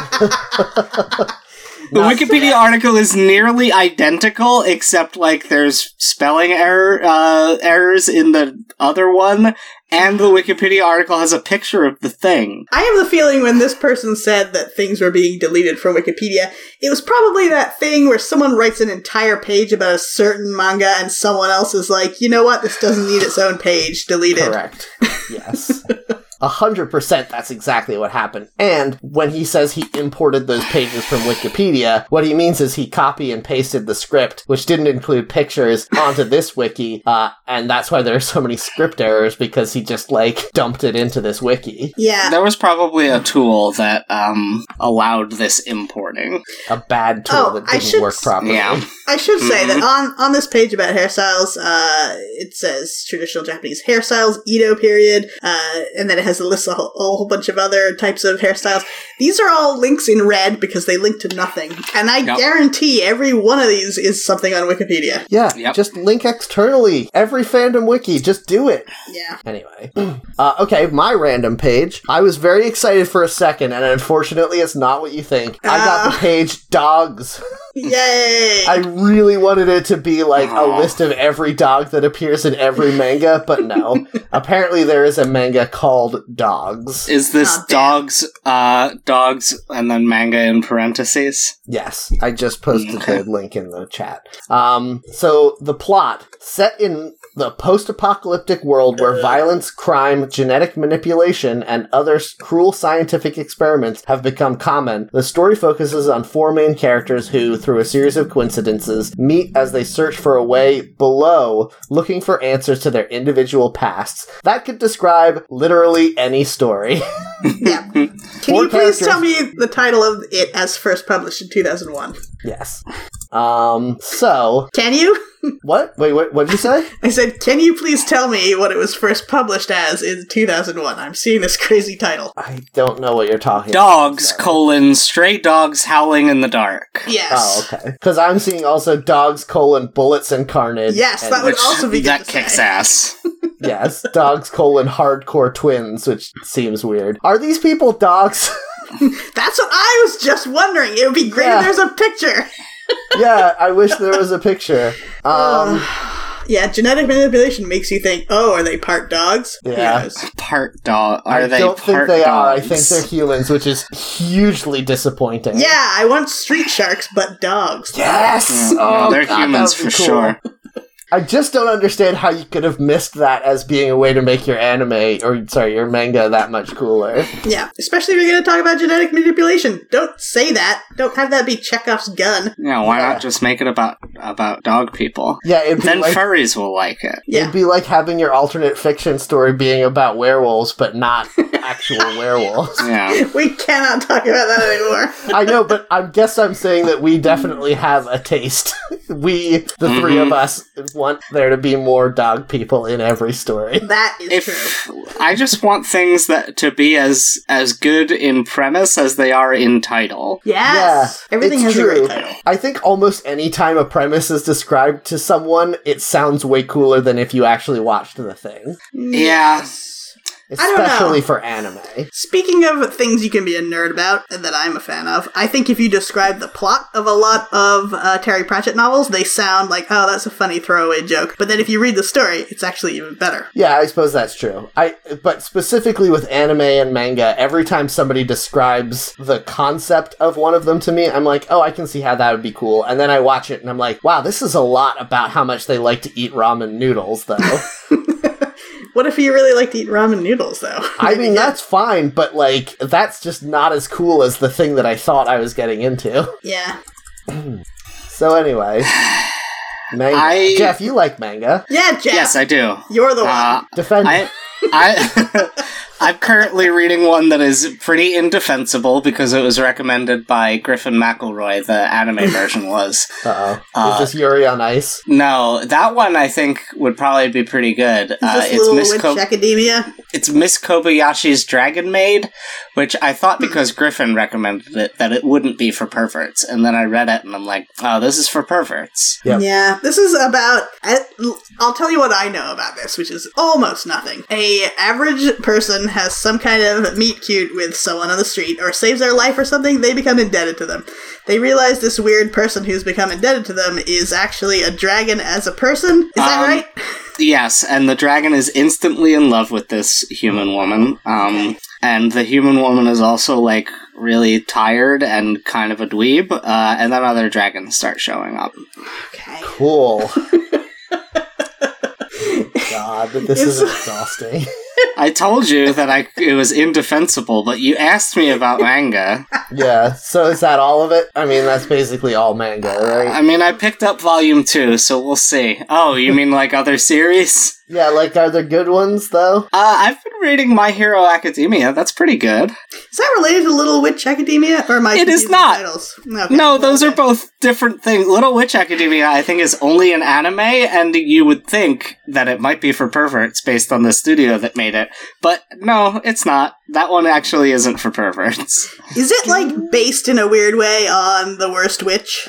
The Wikipedia article is nearly identical, except like there's spelling error uh, errors in the other one, and the Wikipedia article has a picture of the thing.
I have the feeling when this person said that things were being deleted from Wikipedia, it was probably that thing where someone writes an entire page about a certain manga and someone else is like, you know what, this doesn't need its own page, delete it.
Correct. Yes. A hundred percent that's exactly what happened. And when he says he imported those pages from Wikipedia, what he means is he copy and pasted the script, which didn't include pictures, onto this wiki, uh, and that's why there are so many script errors because he just like dumped it into this wiki.
Yeah.
There was probably a tool that um, allowed this importing.
A bad tool
Oh,
that
I
didn't
should
work
s-
properly.
Yeah.
I should say
Mhm.
that on, on this page about hairstyles, uh, it says traditional Japanese hairstyles, Edo period, uh, and then it has a list of a whole, a whole bunch of other types of hairstyles. These are all links in red because they link to nothing, and I
Yep.
guarantee every one of these is something on Wikipedia.
Yeah,
Yep.
just link externally. Every fandom wiki, just do it.
Yeah.
Anyway, uh, okay, my random page. I was very excited for a second, and unfortunately, it's not what you think. I got the
Ah.
page dogs.
Yay!
I really wanted it to be like a
Aw.
list of every dog that appears in every manga, but no. Apparently, there is a manga called Dogs.
Is this
Not bad.
dogs, uh, dogs, and then manga in parentheses?
Yes, I just posted the link in the chat. Um, so the plot set in the post-apocalyptic world where violence, crime, genetic manipulation, and other s- cruel scientific experiments have become common. The story focuses on four main characters who, through a series of coincidences, meet as they search for a way below, looking for answers to their individual pasts. That could describe literally any story.
yeah. Can
Four
you please
characters.
tell me the title of it as first published in 2001?
yes. Um, so,
Can you?
what? Wait, what, what did you say?
I said, can you please tell me what it was first published as in 2001? I'm seeing this crazy title.
I don't know what you're talking
Dogs,
about.
colon, stray dogs howling in the dark.
Oh,
Yes.
okay. Because I'm seeing also dogs, colon, bullets, and carnage.
Yes,
and-
that would also be good
that
to
kicks
say.
ass.
Yes, dogs, colon, hardcore twins, which seems weird. Are these people dogs?
That's what I was just wondering. It would be great
Yeah.
if there's a picture.
yeah, I wish there was a picture. Um,
Yeah, genetic manipulation makes you think, oh, are they part dogs? Who
Yeah.
knows?
Part dog. Are
I
they
don't think
part
they
dogs?
are. I think they're humans, which is hugely disappointing.
Yeah, I want street sharks, but dogs.
Yes.
Yeah, yeah,
Oh,
they're
God, that
humans
would be
for
cool.
sure.
I just don't understand how you could have missed that as being a way to make your anime or sorry, your manga that much cooler.
Yeah, especially if you're going to talk about genetic manipulation. Don't say that. Don't have that be Chekhov's gun.
Yeah, why
Yeah.
not just make it about about dog people?
Yeah, it'd be
Then
like
furries will like it.
Yeah.
It'd be like having your alternate fiction story being about werewolves, but not actual werewolves.
Yeah.
We cannot talk about that anymore.
I know, but I guess I'm saying that we definitely have a taste. we, the three of
Mm-hmm.
Mhm.
us, want there to be more dog people in every story.
That is true.
If I just want things that to be as as good in premise as they are in title.
Yes. Everything
it's
has a
true.
great title.
I think almost any time a premise is described to someone, it sounds way cooler than if you actually watched the thing,
Mm.
Yeah.
don't know.
especially for anime.
Speaking of things you can be a nerd about and that I'm a fan of, I think if you describe the plot of a lot of uh, Terry Pratchett novels, they sound like, oh, that's a funny throwaway joke. But then if you read the story, it's actually even better.
Yeah, I suppose that's true. I but specifically with anime and manga, every time somebody describes the concept of one of them to me, I'm like, "Oh, I can see how that would be cool." And then I watch it and I'm like, "Wow, this is a lot about how much they like to eat ramen noodles though."
What if you really like to eat ramen noodles, though?
I mean, that's fine, but like that's just not as cool as the thing that I thought I was getting into.
yeah.
So anyway, manga.
I-
Jeff, you like manga?
Yeah, Jeff.
Yes, I do.
you're the one.
Uh,
Defend
I I I'm currently reading one that is pretty indefensible because it was recommended by Griffin McElroy, the anime version was.
Uh-oh.
Uh,
it's just Yuri on Ice.
No, that one I think would probably be pretty good.
Is
Uh,
this
it's
Little
Miss
Witch
Co-
Academia?
it's Miss Kobayashi's Dragon Maid, which I
Hmm.
thought because Griffin recommended it that it wouldn't be for perverts, and then I read it and I'm like, oh, this is for perverts.
Yep.
Yeah, this is about. I'll tell you what I know about this, which is almost nothing. A average person has some kind of meet cute with someone on the street, or saves their life or something. They become indebted to them. They realize this weird person who's become indebted to them is actually a dragon as a person. Is that
Um,
right?
Yes, and the dragon is instantly in love with this human woman. Um, and the human woman is also like really tired and kind of a dweeb. Uh, and then other dragons start showing up.
Okay.
Cool. God, but this is exhausting.
I told you that I it was indefensible, but you asked me about manga.
yeah. So is that all of it? I mean, that's basically all manga, right?
I mean, I picked up volume two, so we'll see. Oh, you mean like other series?
Yeah. Like, are there good ones though?
Uh, I've been reading My Hero Academia. That's pretty good.
Is that related to Little Witch Academia? Or my
It is not.
Titles? Okay.
No, those are
Okay.
both different things. Little Witch Academia, I think, is only an anime, and you would think that it might be for perverts based on the studio that made it. But no, it's not. That one actually isn't for perverts.
Is it like based in a weird way on the worst witch?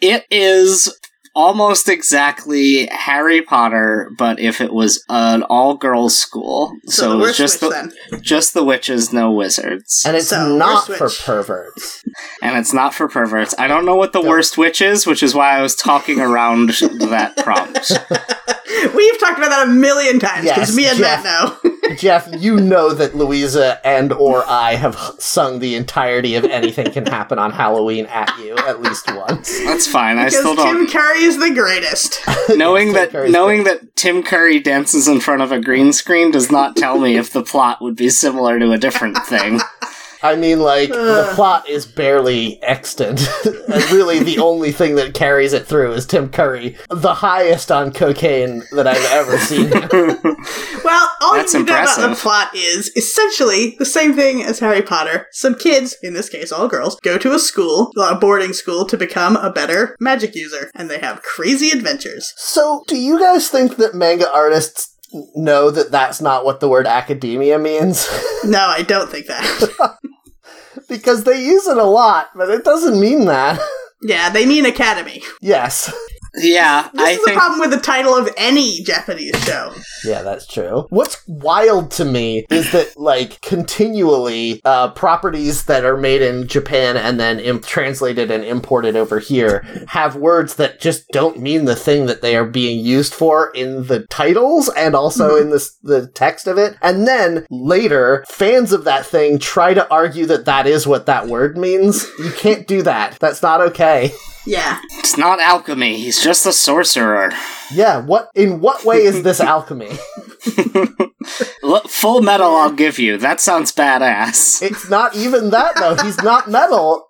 It is almost exactly Harry Potter, but if it was an all girls school. So,
the
it was
worst
just
witch
the,
then.
just the witches, no wizards.
And it's
So,
not
we're
for
switch.
perverts.
and it's not for perverts. I don't know what the worst witch is, which is why I was talking around that prompt.
We've talked about that a million times
Yes,
because me and
Jeff.
Matt know.
Jeff, you know that Louisa and or I have sung the entirety of "Anything Can Happen on Halloween" at you at least once.
That's fine. I
Because
still
Tim
don't
Curry is the greatest.
knowing that
Curry's
knowing that Tim Curry dances in front of a green screen does not tell me if the plot would be similar to a different thing.
I mean, like the plot is barely extant. and really, the only thing that carries it through is Tim Curry, the highest on cocaine that I've ever seen.
Well, all
That's
you need to know about the
impressive.
plot is essentially the same thing as Harry Potter. Some kids, in this case all girls, go to a school, a boarding school, to become a better magic user, and they have crazy adventures.
so, do you guys think that manga artists know that that's not what the word academia means?
No, I don't think that.
because they use it a lot, but it doesn't mean that.
yeah, they mean academy.
yes.
Yeah,
This
I
is the
think
problem with the title of any Japanese show.
Yeah, that's true. What's wild to me is that, like, continually, uh, properties that are made in Japan and then imp- translated and imported over here have words that just don't mean the thing that they are being used for in the titles and also in this, the text of it. And then later, fans of that thing try to argue that that is what that word means. You can't do that. That's not okay.
Yeah.
it's not alchemy. He's just a sorcerer.
Yeah, what, in what way is this alchemy?
Look, Full metal, I'll give you. That sounds badass.
It's not even that though. He's not metal.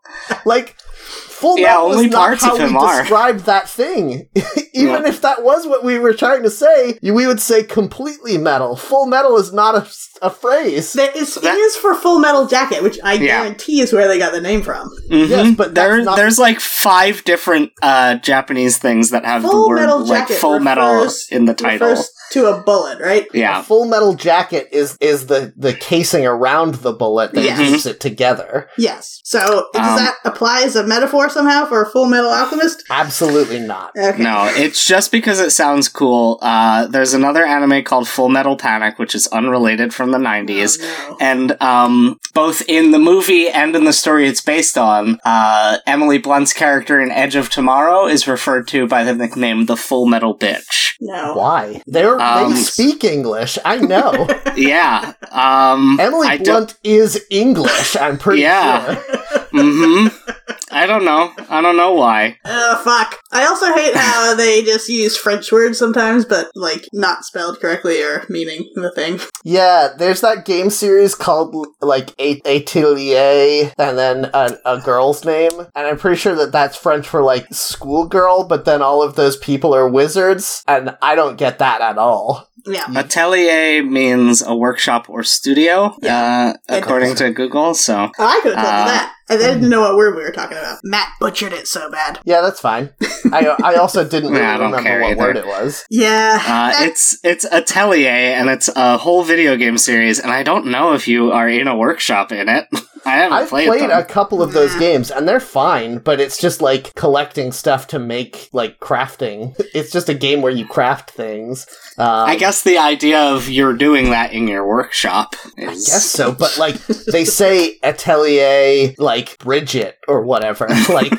Like full
Yeah,
metal
only
is not
parts
how
of him
we
are.
described that thing. even
Yeah.
if that was what we were trying to say, you- we would say completely metal. Full metal is not a, a phrase.
There is,
That-
it is for Full Metal Jacket, which I
Yeah.
guarantee is where they got the name from.
Mhm.
Yes, but that's
there,
not-
there's like five different uh, Japanese things that have
Full
the word
Metal
like
Jacket
full metal
refers-
in the title.
Refers to a bullet, right?
A
Yeah,
full metal jacket is is the the casing around the bullet that
Yes.
keeps it together.
Yes. So does
Um,
that apply as a metaphor somehow for a Full Metal Alchemist?
Absolutely not.
Okay.
No, it's just because it sounds cool. Uh, there's another anime called Full Metal Panic, which is unrelated from the 90s.
Oh, no.
And um, both in the movie and in the story it's based on, uh, Emily Blunt's character in Edge of Tomorrow is referred to by the nickname the Full Metal Bitch.
No.
Why? They're,
Um,
they speak English. I know.
yeah. Um,
Emily
I don't-
Blunt is English. I'm pretty
Yeah.
sure.
Mhm. I don't know. I don't know why.
Oh, fuck. I also hate how they just use French words sometimes, but, like, not spelled correctly or meaning the thing.
Yeah, there's that game series called like A- Atelier, and then a, a girl's name, and I'm pretty sure that that's French for like schoolgirl. But then all of those people are wizards, and I don't get that at all.
Yeah.
Atelier means a workshop or studio, uh,
It
according to Google, so.
Oh, I could have told
Uh,
you that. And they didn't know what word we were talking about. Matt butchered it so bad.
Yeah, that's fine. I, I also didn't
Yeah,
really
I don't
remember
care
what
either.
word it was.
Yeah.
Uh,
that-
it's it's Atelier, and it's a whole video game series, and I don't know if you are in a workshop in it. I haven't
I've
played,
played
them.
a couple of those
Nah.
games, and they're fine, but it's just like collecting stuff to make like crafting. It's just a game where you craft things. Um,
I guess the idea of you're doing that in your workshop is
I guess so, but like they say atelier like Bridget or whatever. Like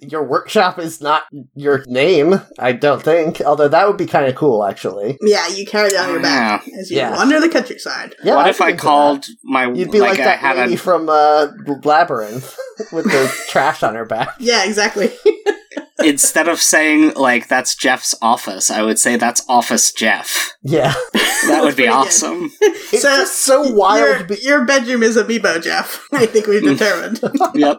your workshop is not your name, I don't think. Although that would be kind of cool, actually.
yeah, you carry it on your back as you
Yeah.
wander the countryside.
Yeah,
what if
could
I
into that.
called my
You'd be like,
I
that
had
lady
a
from uh, Labyrinth with the trash on her back.
Yeah, exactly.
instead of saying like that's Jeff's office, I would say that's Office Jeff.
Yeah,
That would be
Pretty good.
awesome.
it's just so
Your,
wild. be-
your bedroom is amiibo, Jeff. I think we've determined.
yep.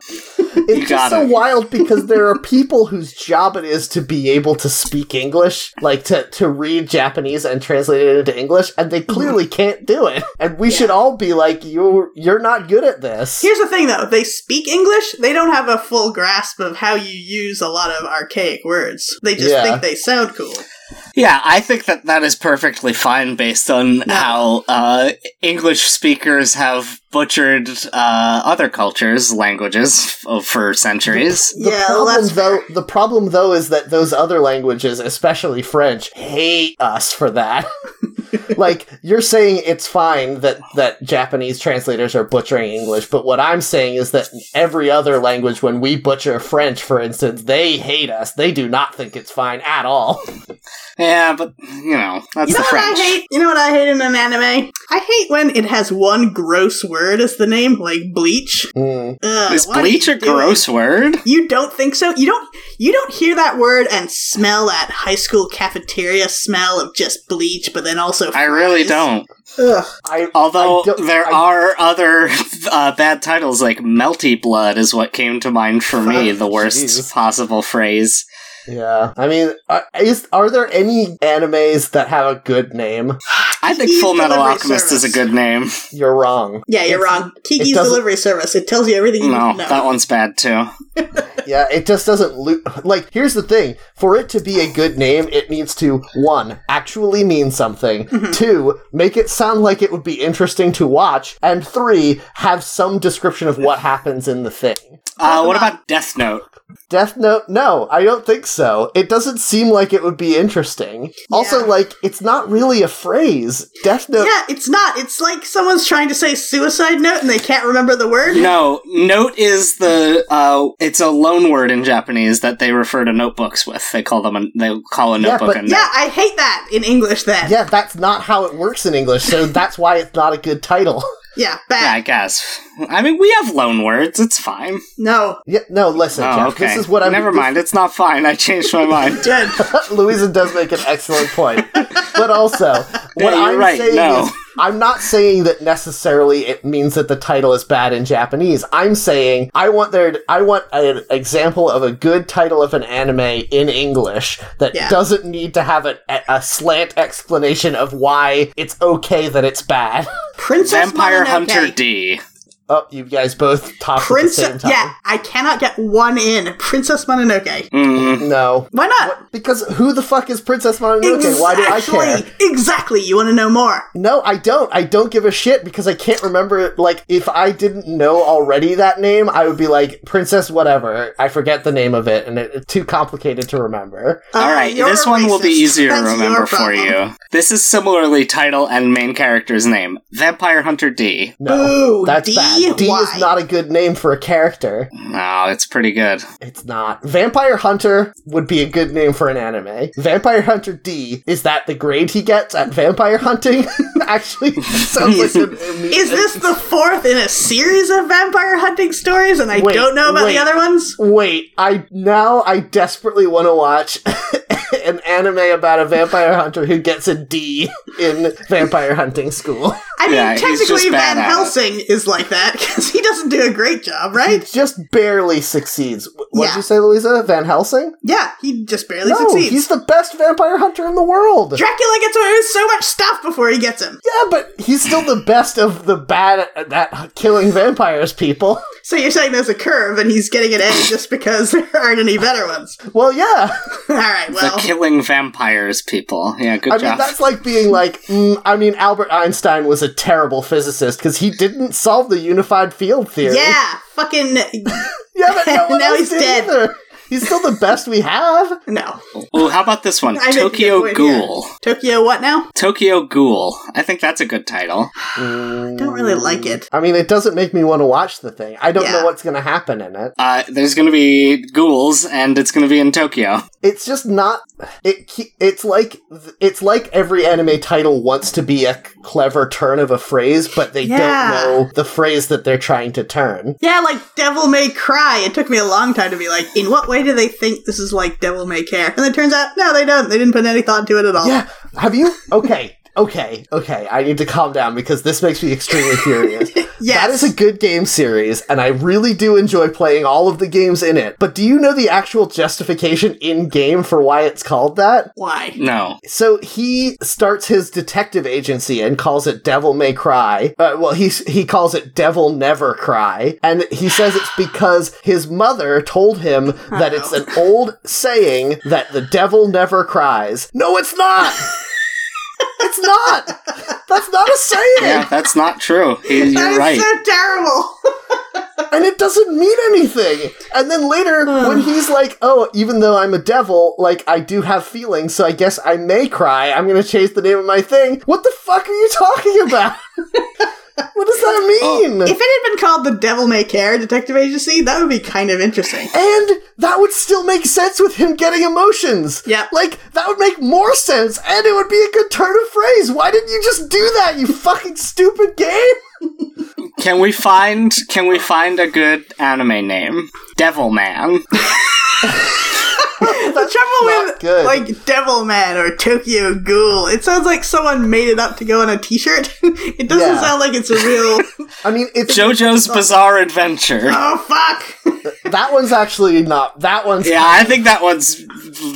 It's just
got
so
it.
wild because there are people whose job it is to be able to speak English, like to to read Japanese and translate it into English, and
Mm-hmm.
they clearly can't do it. And we should all be like, you you're not good at this.
Here's the thing, though. They speak English. They don't have a full grasp of how you use a lot of archaic words. They just
Yeah.
think they sound cool.
Yeah, I think that that is perfectly fine based on how uh, English speakers have butchered uh, other cultures' languages f- for centuries.
The
yeah, well,
problem
that's
though, the problem though is that those other languages, especially French, hate us for that. like you're saying it's fine that that Japanese translators are butchering English, but what I'm saying is that every other language when we butcher French, for instance, they hate us. They do not think it's fine at all.
Yeah, but you know that's
You know
the
what
French.
I hate? You know what I hate in an anime? I hate when it has one gross word as the name, like bleach.
Mm.
Ugh,
is
what are
bleach
you
a
doing?
gross word?
You don't think so? You don't you don't hear that word and smell that high school cafeteria smell of just bleach, but then also
I really
fries?
don't.
Ugh.
I
Although
I don't-
there
I-
are other uh, bad titles like "Melty Blood" is what came to mind for me.
Fuck,
The worst
jeez.
possible phrase.
yeah. I mean, are, is are there any animes that have a good name?
I think
Kiki's
Full Metal
Delivery
Alchemist is
Service.
a good name.
You're wrong.
Yeah, you're
It's-
wrong. Kiki's
doesn't-
delivery service. It tells you everything you
No,
need to know.
that one's bad too.
Yeah, it just doesn't look like. Here's the thing: for it to be a good name, it needs to one actually mean something,
Mm-hmm.
two make it sound like it would be interesting to watch, and three have some description of what happens in the thing.
Uh,
Pokemon.
what about Death Note?
Death Note? No, I don't think so. It doesn't seem like it would be interesting. Also,
Yeah.
like it's not really a phrase. Death Note.
Yeah, it's not. It's like someone's trying to say suicide note and they can't remember the word.
No, note is the uh, it's a loan word in Japanese that they refer to notebooks with. They call them a, they call a
Yeah,
notebook
but-
a note.
Yeah, I hate that in English then.
Yeah, that's not how it works in English. So that's why it's not a good title.
Yeah,
Yeah, I
bad.
guess. I mean, we have loan words. It's fine.
No.
Yeah, no, listen,
Oh,
Jeff.
okay.
This is what I'm.
Never
this-
mind. It's not fine. I changed my mind.
Good.
Louisa does make an excellent point. But also,
Yeah,
what
you're
I'm
right,
saying
no.
is, I'm not saying that necessarily it means that the title is bad in Japanese. I'm saying I want there, I want an example of a good title of an anime in English that
Yeah.
doesn't need to have a, a slant explanation of why it's okay that it's bad.
Princess
Vampire
Mononoke.
Hunter D.
Oh, you guys both talked at the same
Princess.
time.
Yeah, I cannot get one in. Princess Mononoke.
Mm.
No.
Why not?
What- Because who the fuck is Princess Mononoke? Why do I care?
Exactly. Exactly. You want to know more?
No, I don't. I don't give a shit because I can't remember. it. Like, if I didn't know already that name, I would be like Princess whatever. I forget the name of it, and it, it's too complicated to remember.
All
Uh,
right,
you're
this one will be
racist.
easier to
That's
remember
your
for
problem.
you. This is similarly title and main character's name Vampire Hunter D.
No,
Boo,
that's
D?
bad. D
Why?
is not a good name for a character.
No, it's pretty good.
It's not. Vampire Hunter would be a good name for an anime. Vampire Hunter D is that the grade he gets at vampire hunting? Actually, sounds like an
Is this the fourth in a series of vampire hunting stories? And I
Wait,
don't know about
wait.
the other ones.
Wait, I now I desperately want to watch an anime about a vampire hunter who gets a D in vampire hunting school.
I mean,
Yeah, he's
technically
just bad
Van
at it.
Helsing is like that because he doesn't do a great job,
He
right?
just barely succeeds. Wh- What'd
Yeah.
you say, Louisa? Van Helsing?
Yeah, he just barely
no,
succeeds.
he's the best vampire hunter in the world.
Dracula gets away with so much stuff before he gets him.
yeah, but he's still the best of the bad at at killing vampires people.
So you're saying there's a curve and he's getting an A just because there aren't any better ones.
Well, yeah.
All right, well,
the killing vampires people. Yeah, good
I mean,
job.
that's like being like, mm, I mean, Albert Einstein was a terrible physicist because he didn't solve the unified field theory.
yeah, fucking
Yeah, but no one
Now
else
he's
did
dead.
either. He's still the best we have.
no.
oh, how about this one?
I make a
Tokyo
good point here.
Ghoul.
Tokyo, what now?
Tokyo Ghoul. I think that's a good title.
I don't really like it.
I mean, it doesn't make me want to watch the thing. I don't
Yeah.
know what's going to happen in it.
Uh, there's going to be ghouls, and it's going to be in Tokyo.
It's just not. It. ke- It's like. It's like every anime title wants to be a clever turn of a phrase, but they don't
Yeah.
know the phrase that they're trying to turn.
Yeah, like Devil May Cry. It took me a long time to be like, in what way do they think this is like Devil May Care? And it turns out, no, they don't. They didn't put any thought into it at all.
Yeah. Have you? Okay. Okay. Okay. I need to calm down because this makes me extremely furious.
Yes.
That is a good game series, and I really do enjoy playing all of the games in it. But do you know the actual justification in game for why it's called that?
Why?
No.
So he starts his detective agency and calls it Devil May Cry. Uh, well, he he calls it Devil Never Cry, and he says it's because his mother told him that it's an old saying that the devil never cries. No, it's not. it's not. That's not a saying,
Yeah, that's not true. He-
That
You're
is
right.
so terrible.
and it doesn't mean anything. And then later, when he's like, "Oh, even though I'm a devil, like I do have feelings, so I guess I may cry. I'm gonna change the name of my thing." What the fuck are you talking about? what does that mean?
if it had been called the Devil May Care Detective Agency, that would be kind of interesting.
and that would still make sense with him getting emotions.
Yep.
Like, that would make more sense, and it would be a good turn of phrase. Why didn't you just do that, you fucking stupid game?
Can we find can we find a good anime name? Devil Man.
The trouble with
not good.
like Devil Man or Tokyo Ghoul, it sounds like someone made it up to go on a T-shirt. it doesn't
Yeah.
sound like it's a real.
I mean, it's
JoJo's Bizarre Adventure.
oh fuck!
that one's actually not. That one's
Yeah, I think that one's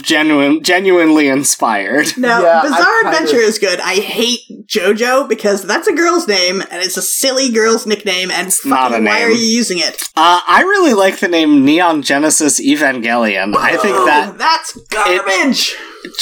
genuine genuinely inspired.
No,
Yeah, I
Bizarre
kind
Adventure
of-
is good. I hate JoJo because that's a girl's name and it's a silly girl's nickname. And fucking
not a
why
name.
are you using it?
Uh, I really like the name Neon Genesis Evangelion. I think
Oh,
that
that's garbage.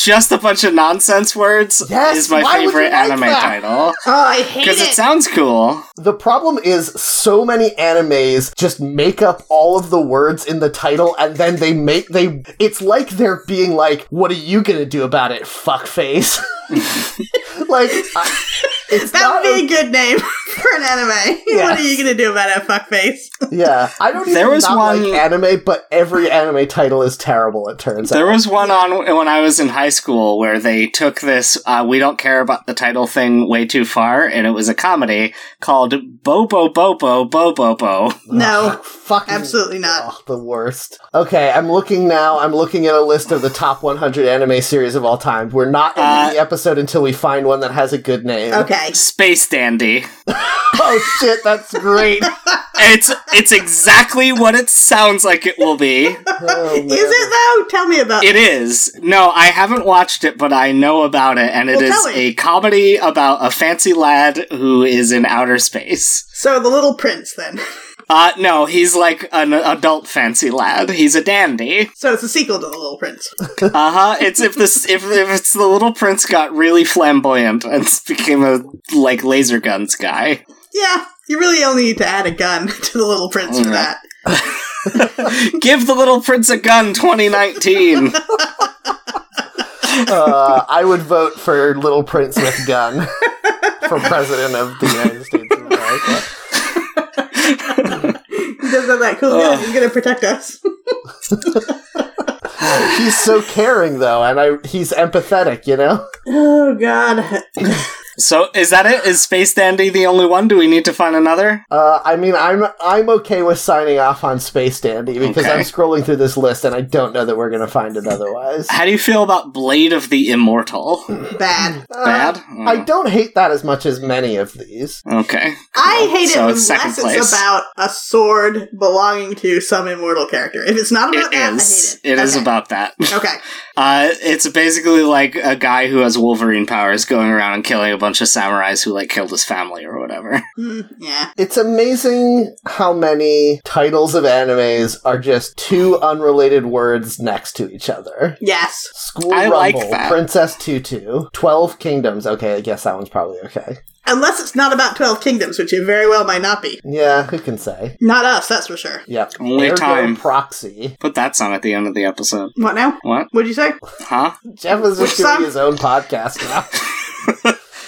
just a bunch of nonsense words
Yes,
is my
why would you
favorite
like
anime
that?
title.
oh, I hate
Because
it.
it sounds cool.
The problem is so many animes just make up all of the words in the title and then they make they it's like they're being like, what are you gonna do about it, fuckface? like I, it's
that
not
would be a good name for an anime. What are you gonna do about it, fuckface?
yeah. I don't even
There was
not
one-
like anime, but every anime title is terrible, it turns
There
out.
was one on when I was in high school where they took this uh, "We don't care about the title" thing way too far, and it was a comedy called "Bobo Bobo Bobo Bo."
No,
Fucking
absolutely not.
Oh, the worst. Okay, I'm looking now. I'm looking at a list of the top 100 anime series of all time. We're not ending
Uh,
the episode until we find one that has a good name.
Oh.
Okay.
Space Dandy.
Oh shit, that's great.
It's it's exactly what it sounds like it will be.
Oh, man.
Is it though? Tell me about
It is. No, I haven't watched it, but I know about it, and it
Well,
is
tell me.
a comedy about a fancy lad who is in outer space.
So the little prince then.
Uh, no, he's like an adult fancy lad. He's a dandy.
So it's a sequel to the little prince.
Uh huh. It's if this if if it's the Little Prince got really flamboyant and became a like laser guns guy.
Yeah, you really only need to add a gun to the little prince for
Yeah.
that.
Give the Little Prince a gun, 2019.
Uh, I would vote for Little Prince with gun for president of the United States of America.
He does have that cool gun. He's gonna protect us.
He's so caring though, and I he's empathetic, you know.
Oh god.
So is that it? Is Space Dandy the only one? Do we need to find another?
Uh, I mean, I'm I'm okay with signing off on Space Dandy because
Okay.
I'm scrolling through this list and I don't know that we're gonna find it otherwise.
How do you feel about Blade of the Immortal?
Bad.
Uh,
Bad? Mm. Oh.
I don't hate that as much as many of these.
Okay.
I hate
So
it
it's
unless
second
it's
place.
about a sword belonging to some immortal character. If it's not
It
about that,
is.
Uh, I hate it.
It is
Okay.
about that.
Okay.
Uh, it's basically like a guy who has Wolverine powers going around and killing a bunch of samurais who like killed his family or whatever.
Hmm, yeah.
It's amazing how many titles of animes are just two unrelated words next to each other.
Yes.
School
I
Rumble,
like that.
Princess Tutu, Twelve Kingdoms. Okay, I guess that one's probably okay.
Unless it's not about Twelve Kingdoms, which it very well might not be.
Yeah, who can say?
Not us, that's for sure.
Yep.
Only
Ergo
time.
Proxy.
Put that song at the end of the episode.
What now?
What?
What'd you say?
Huh?
Jeff is
Which
just doing
song?
his own podcast now.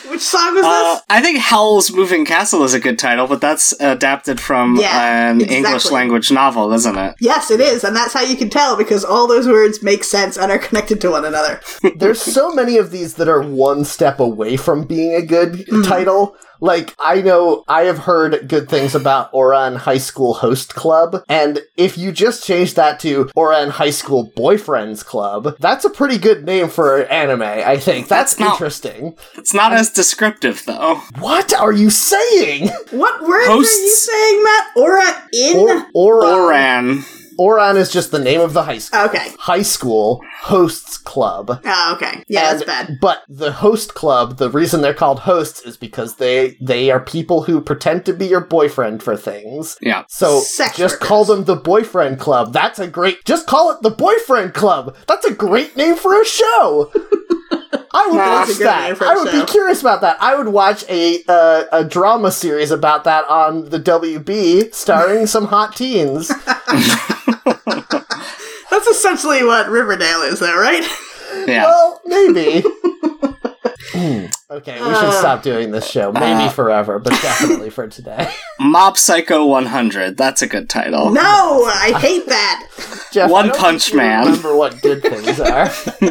Which song was
Uh, I think Howl's Moving Castle is a good title, but that's adapted from
Yeah,
an
exactly.
English language novel, isn't it?
this? Yes, it is, and that's how you can tell because all those words make sense and are connected to one another.
There's so many of these that are one step away from being a good title. Like, I know I have heard good things about Oran High School Host Club, and if you just change that to Oran High School Boyfriends Club, that's a pretty good name for an anime, I think. That's,
That's not-
interesting.
It's not as descriptive, though.
What are you saying?
What words are you
Hosts.
saying, Matt? Aura in?
Or,
Um,
Oran.
Oran.
Oran is just the name of the high school.
Okay.
High School Hosts Club.
Oh, okay. Yeah,
And-
that's bad.
But the host club, the reason they're called hosts is because they they are people who pretend to be your boyfriend for things.
Yeah.
So
Sex
just
workers.
call them the boyfriend club. That's a great. Just call it the boyfriend club. That's a great name for a show. I would
Nah,
watch
that's
a good name
that.
for a
I would
show.
be curious about that. I would watch a uh, a drama series about that on the WB, starring some hot teens.
That's essentially what Riverdale is, though, right?
Yeah.
Well, maybe. okay, we should
Uh.
stop doing this show. Maybe
Uh.
forever, but definitely for today.
Mob Psycho 100. That's a good title.
no, I hate that.
Jeff, I
One
don't think
Punch
you
Man.
Remember what good things are.
Hmm.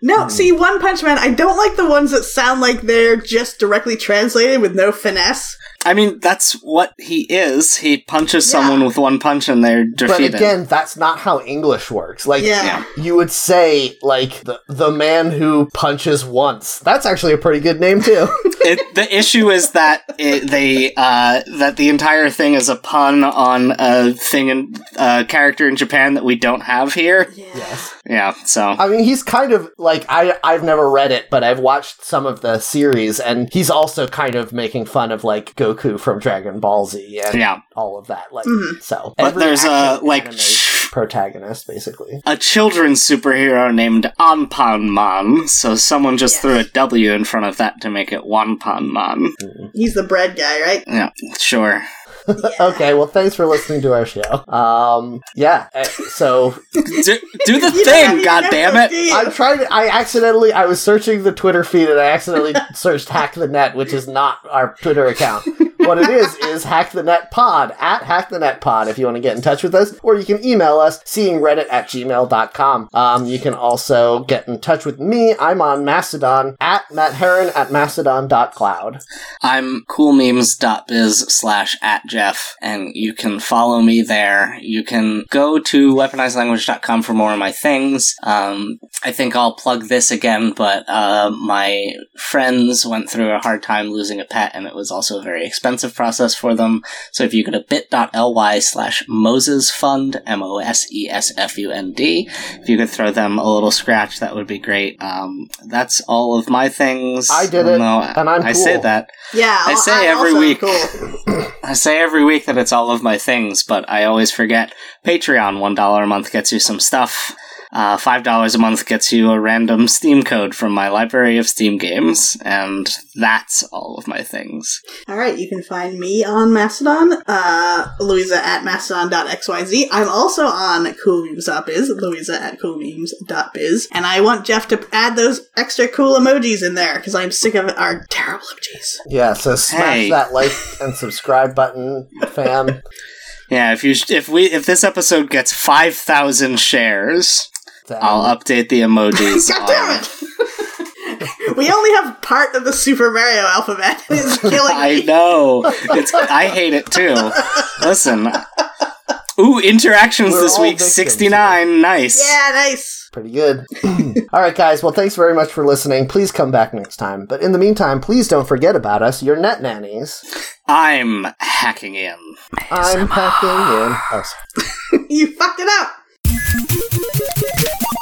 No, see, One Punch Man, I don't like the ones that sound like they're just directly translated with no finesse.
I mean, that's what he is. He punches
Yeah.
someone with one punch and they're
but
defeated.
again, that's not how English works. Like
Yeah.
yeah.
you would say, like the the man who punches once. That's actually a pretty good name too.
it, the issue is that it, they uh, that the entire thing is a pun on a thing in a character in Japan that we don't have here.
yes,
Yeah, so
I mean he's kind of like I I've never read it, but I've watched some of the series, and he's also kind of making fun of like Goku from Dragon Ball Z and
yeah, Mm-hmm.
all of that. Like so,
But
every
there's a,
action
like,
anime
sh-
protagonist basically.
a children's superhero named Anpan Man. So someone just
Yes.
threw a W in front of that to make it Wanpan Man.
He's the bread guy, right?
Yeah, sure. Uh,
Yeah.
Okay, well, thanks for listening to our show. Um, yeah, eh, so
Do, do the
You don't
thing,
have
God
to
damn
know,
it!
do you?
I tried. I accidentally. I was searching the Twitter feed and I accidentally searched Hack the Net, which is not our Twitter account. What it is is Hack the Net Pod at Hack the Net Pod if you want to get in touch with us, or you can email us seeing Reddit at gmail.com. Um, you can also get in touch with me. I'm on Mastodon at Matt Heron at Mastodon.cloud.
I'm coolmemes.biz slash at Jeff, and you can follow me there. You can go to weaponizedlanguage.com for more of my things. Um, I think I'll plug this again, but uh, my friends went through a hard time losing a pet, and it was also a very expensive process for them. So if you go to bit.ly slash Moses Fund, M O S E S F U N D, if you could throw them a little scratch, that would be great. Um, that's all of my things. Oh,
I did it,
No,
and I'm
I say
cool.
that.
yeah,
I
al-
say
I'm
every
also
week.
Cool.
I say every week that it's all of my things, but I always forget. Patreon, $1 a month gets you some stuff. Uh, $5 a month gets you a random Steam code from my library of Steam games, and that's all of my things.
All right, you can find me on Mastodon, uh, Louisa at mastodon.xyz. I'm also on coolmemes.biz, Louisa at coolmemes.biz. And I want Jeff to add those extra cool emojis in there because I'm sick of our terrible emojis.
Yeah, so smash
Hey.
that like and subscribe button, fam.
Yeah, if you sh- if we if this episode gets 5,000 shares,
Damn. Um,
I'll update the emojis.
God
on-
damn it! we only have part of the Super Mario alphabet. It's killing
I
me.
know. It's I hate it too. Listen. Ooh, interactions
We're
this
all
week
victims
69. Nice.
Yeah, nice.
Pretty good. All right, guys. Well, thanks very much for listening. Please come back next time. But in the meantime, please don't forget about us, your net nannies.
I'm hacking in.
I'm packing in. Oh, sorry.
You fucked it up.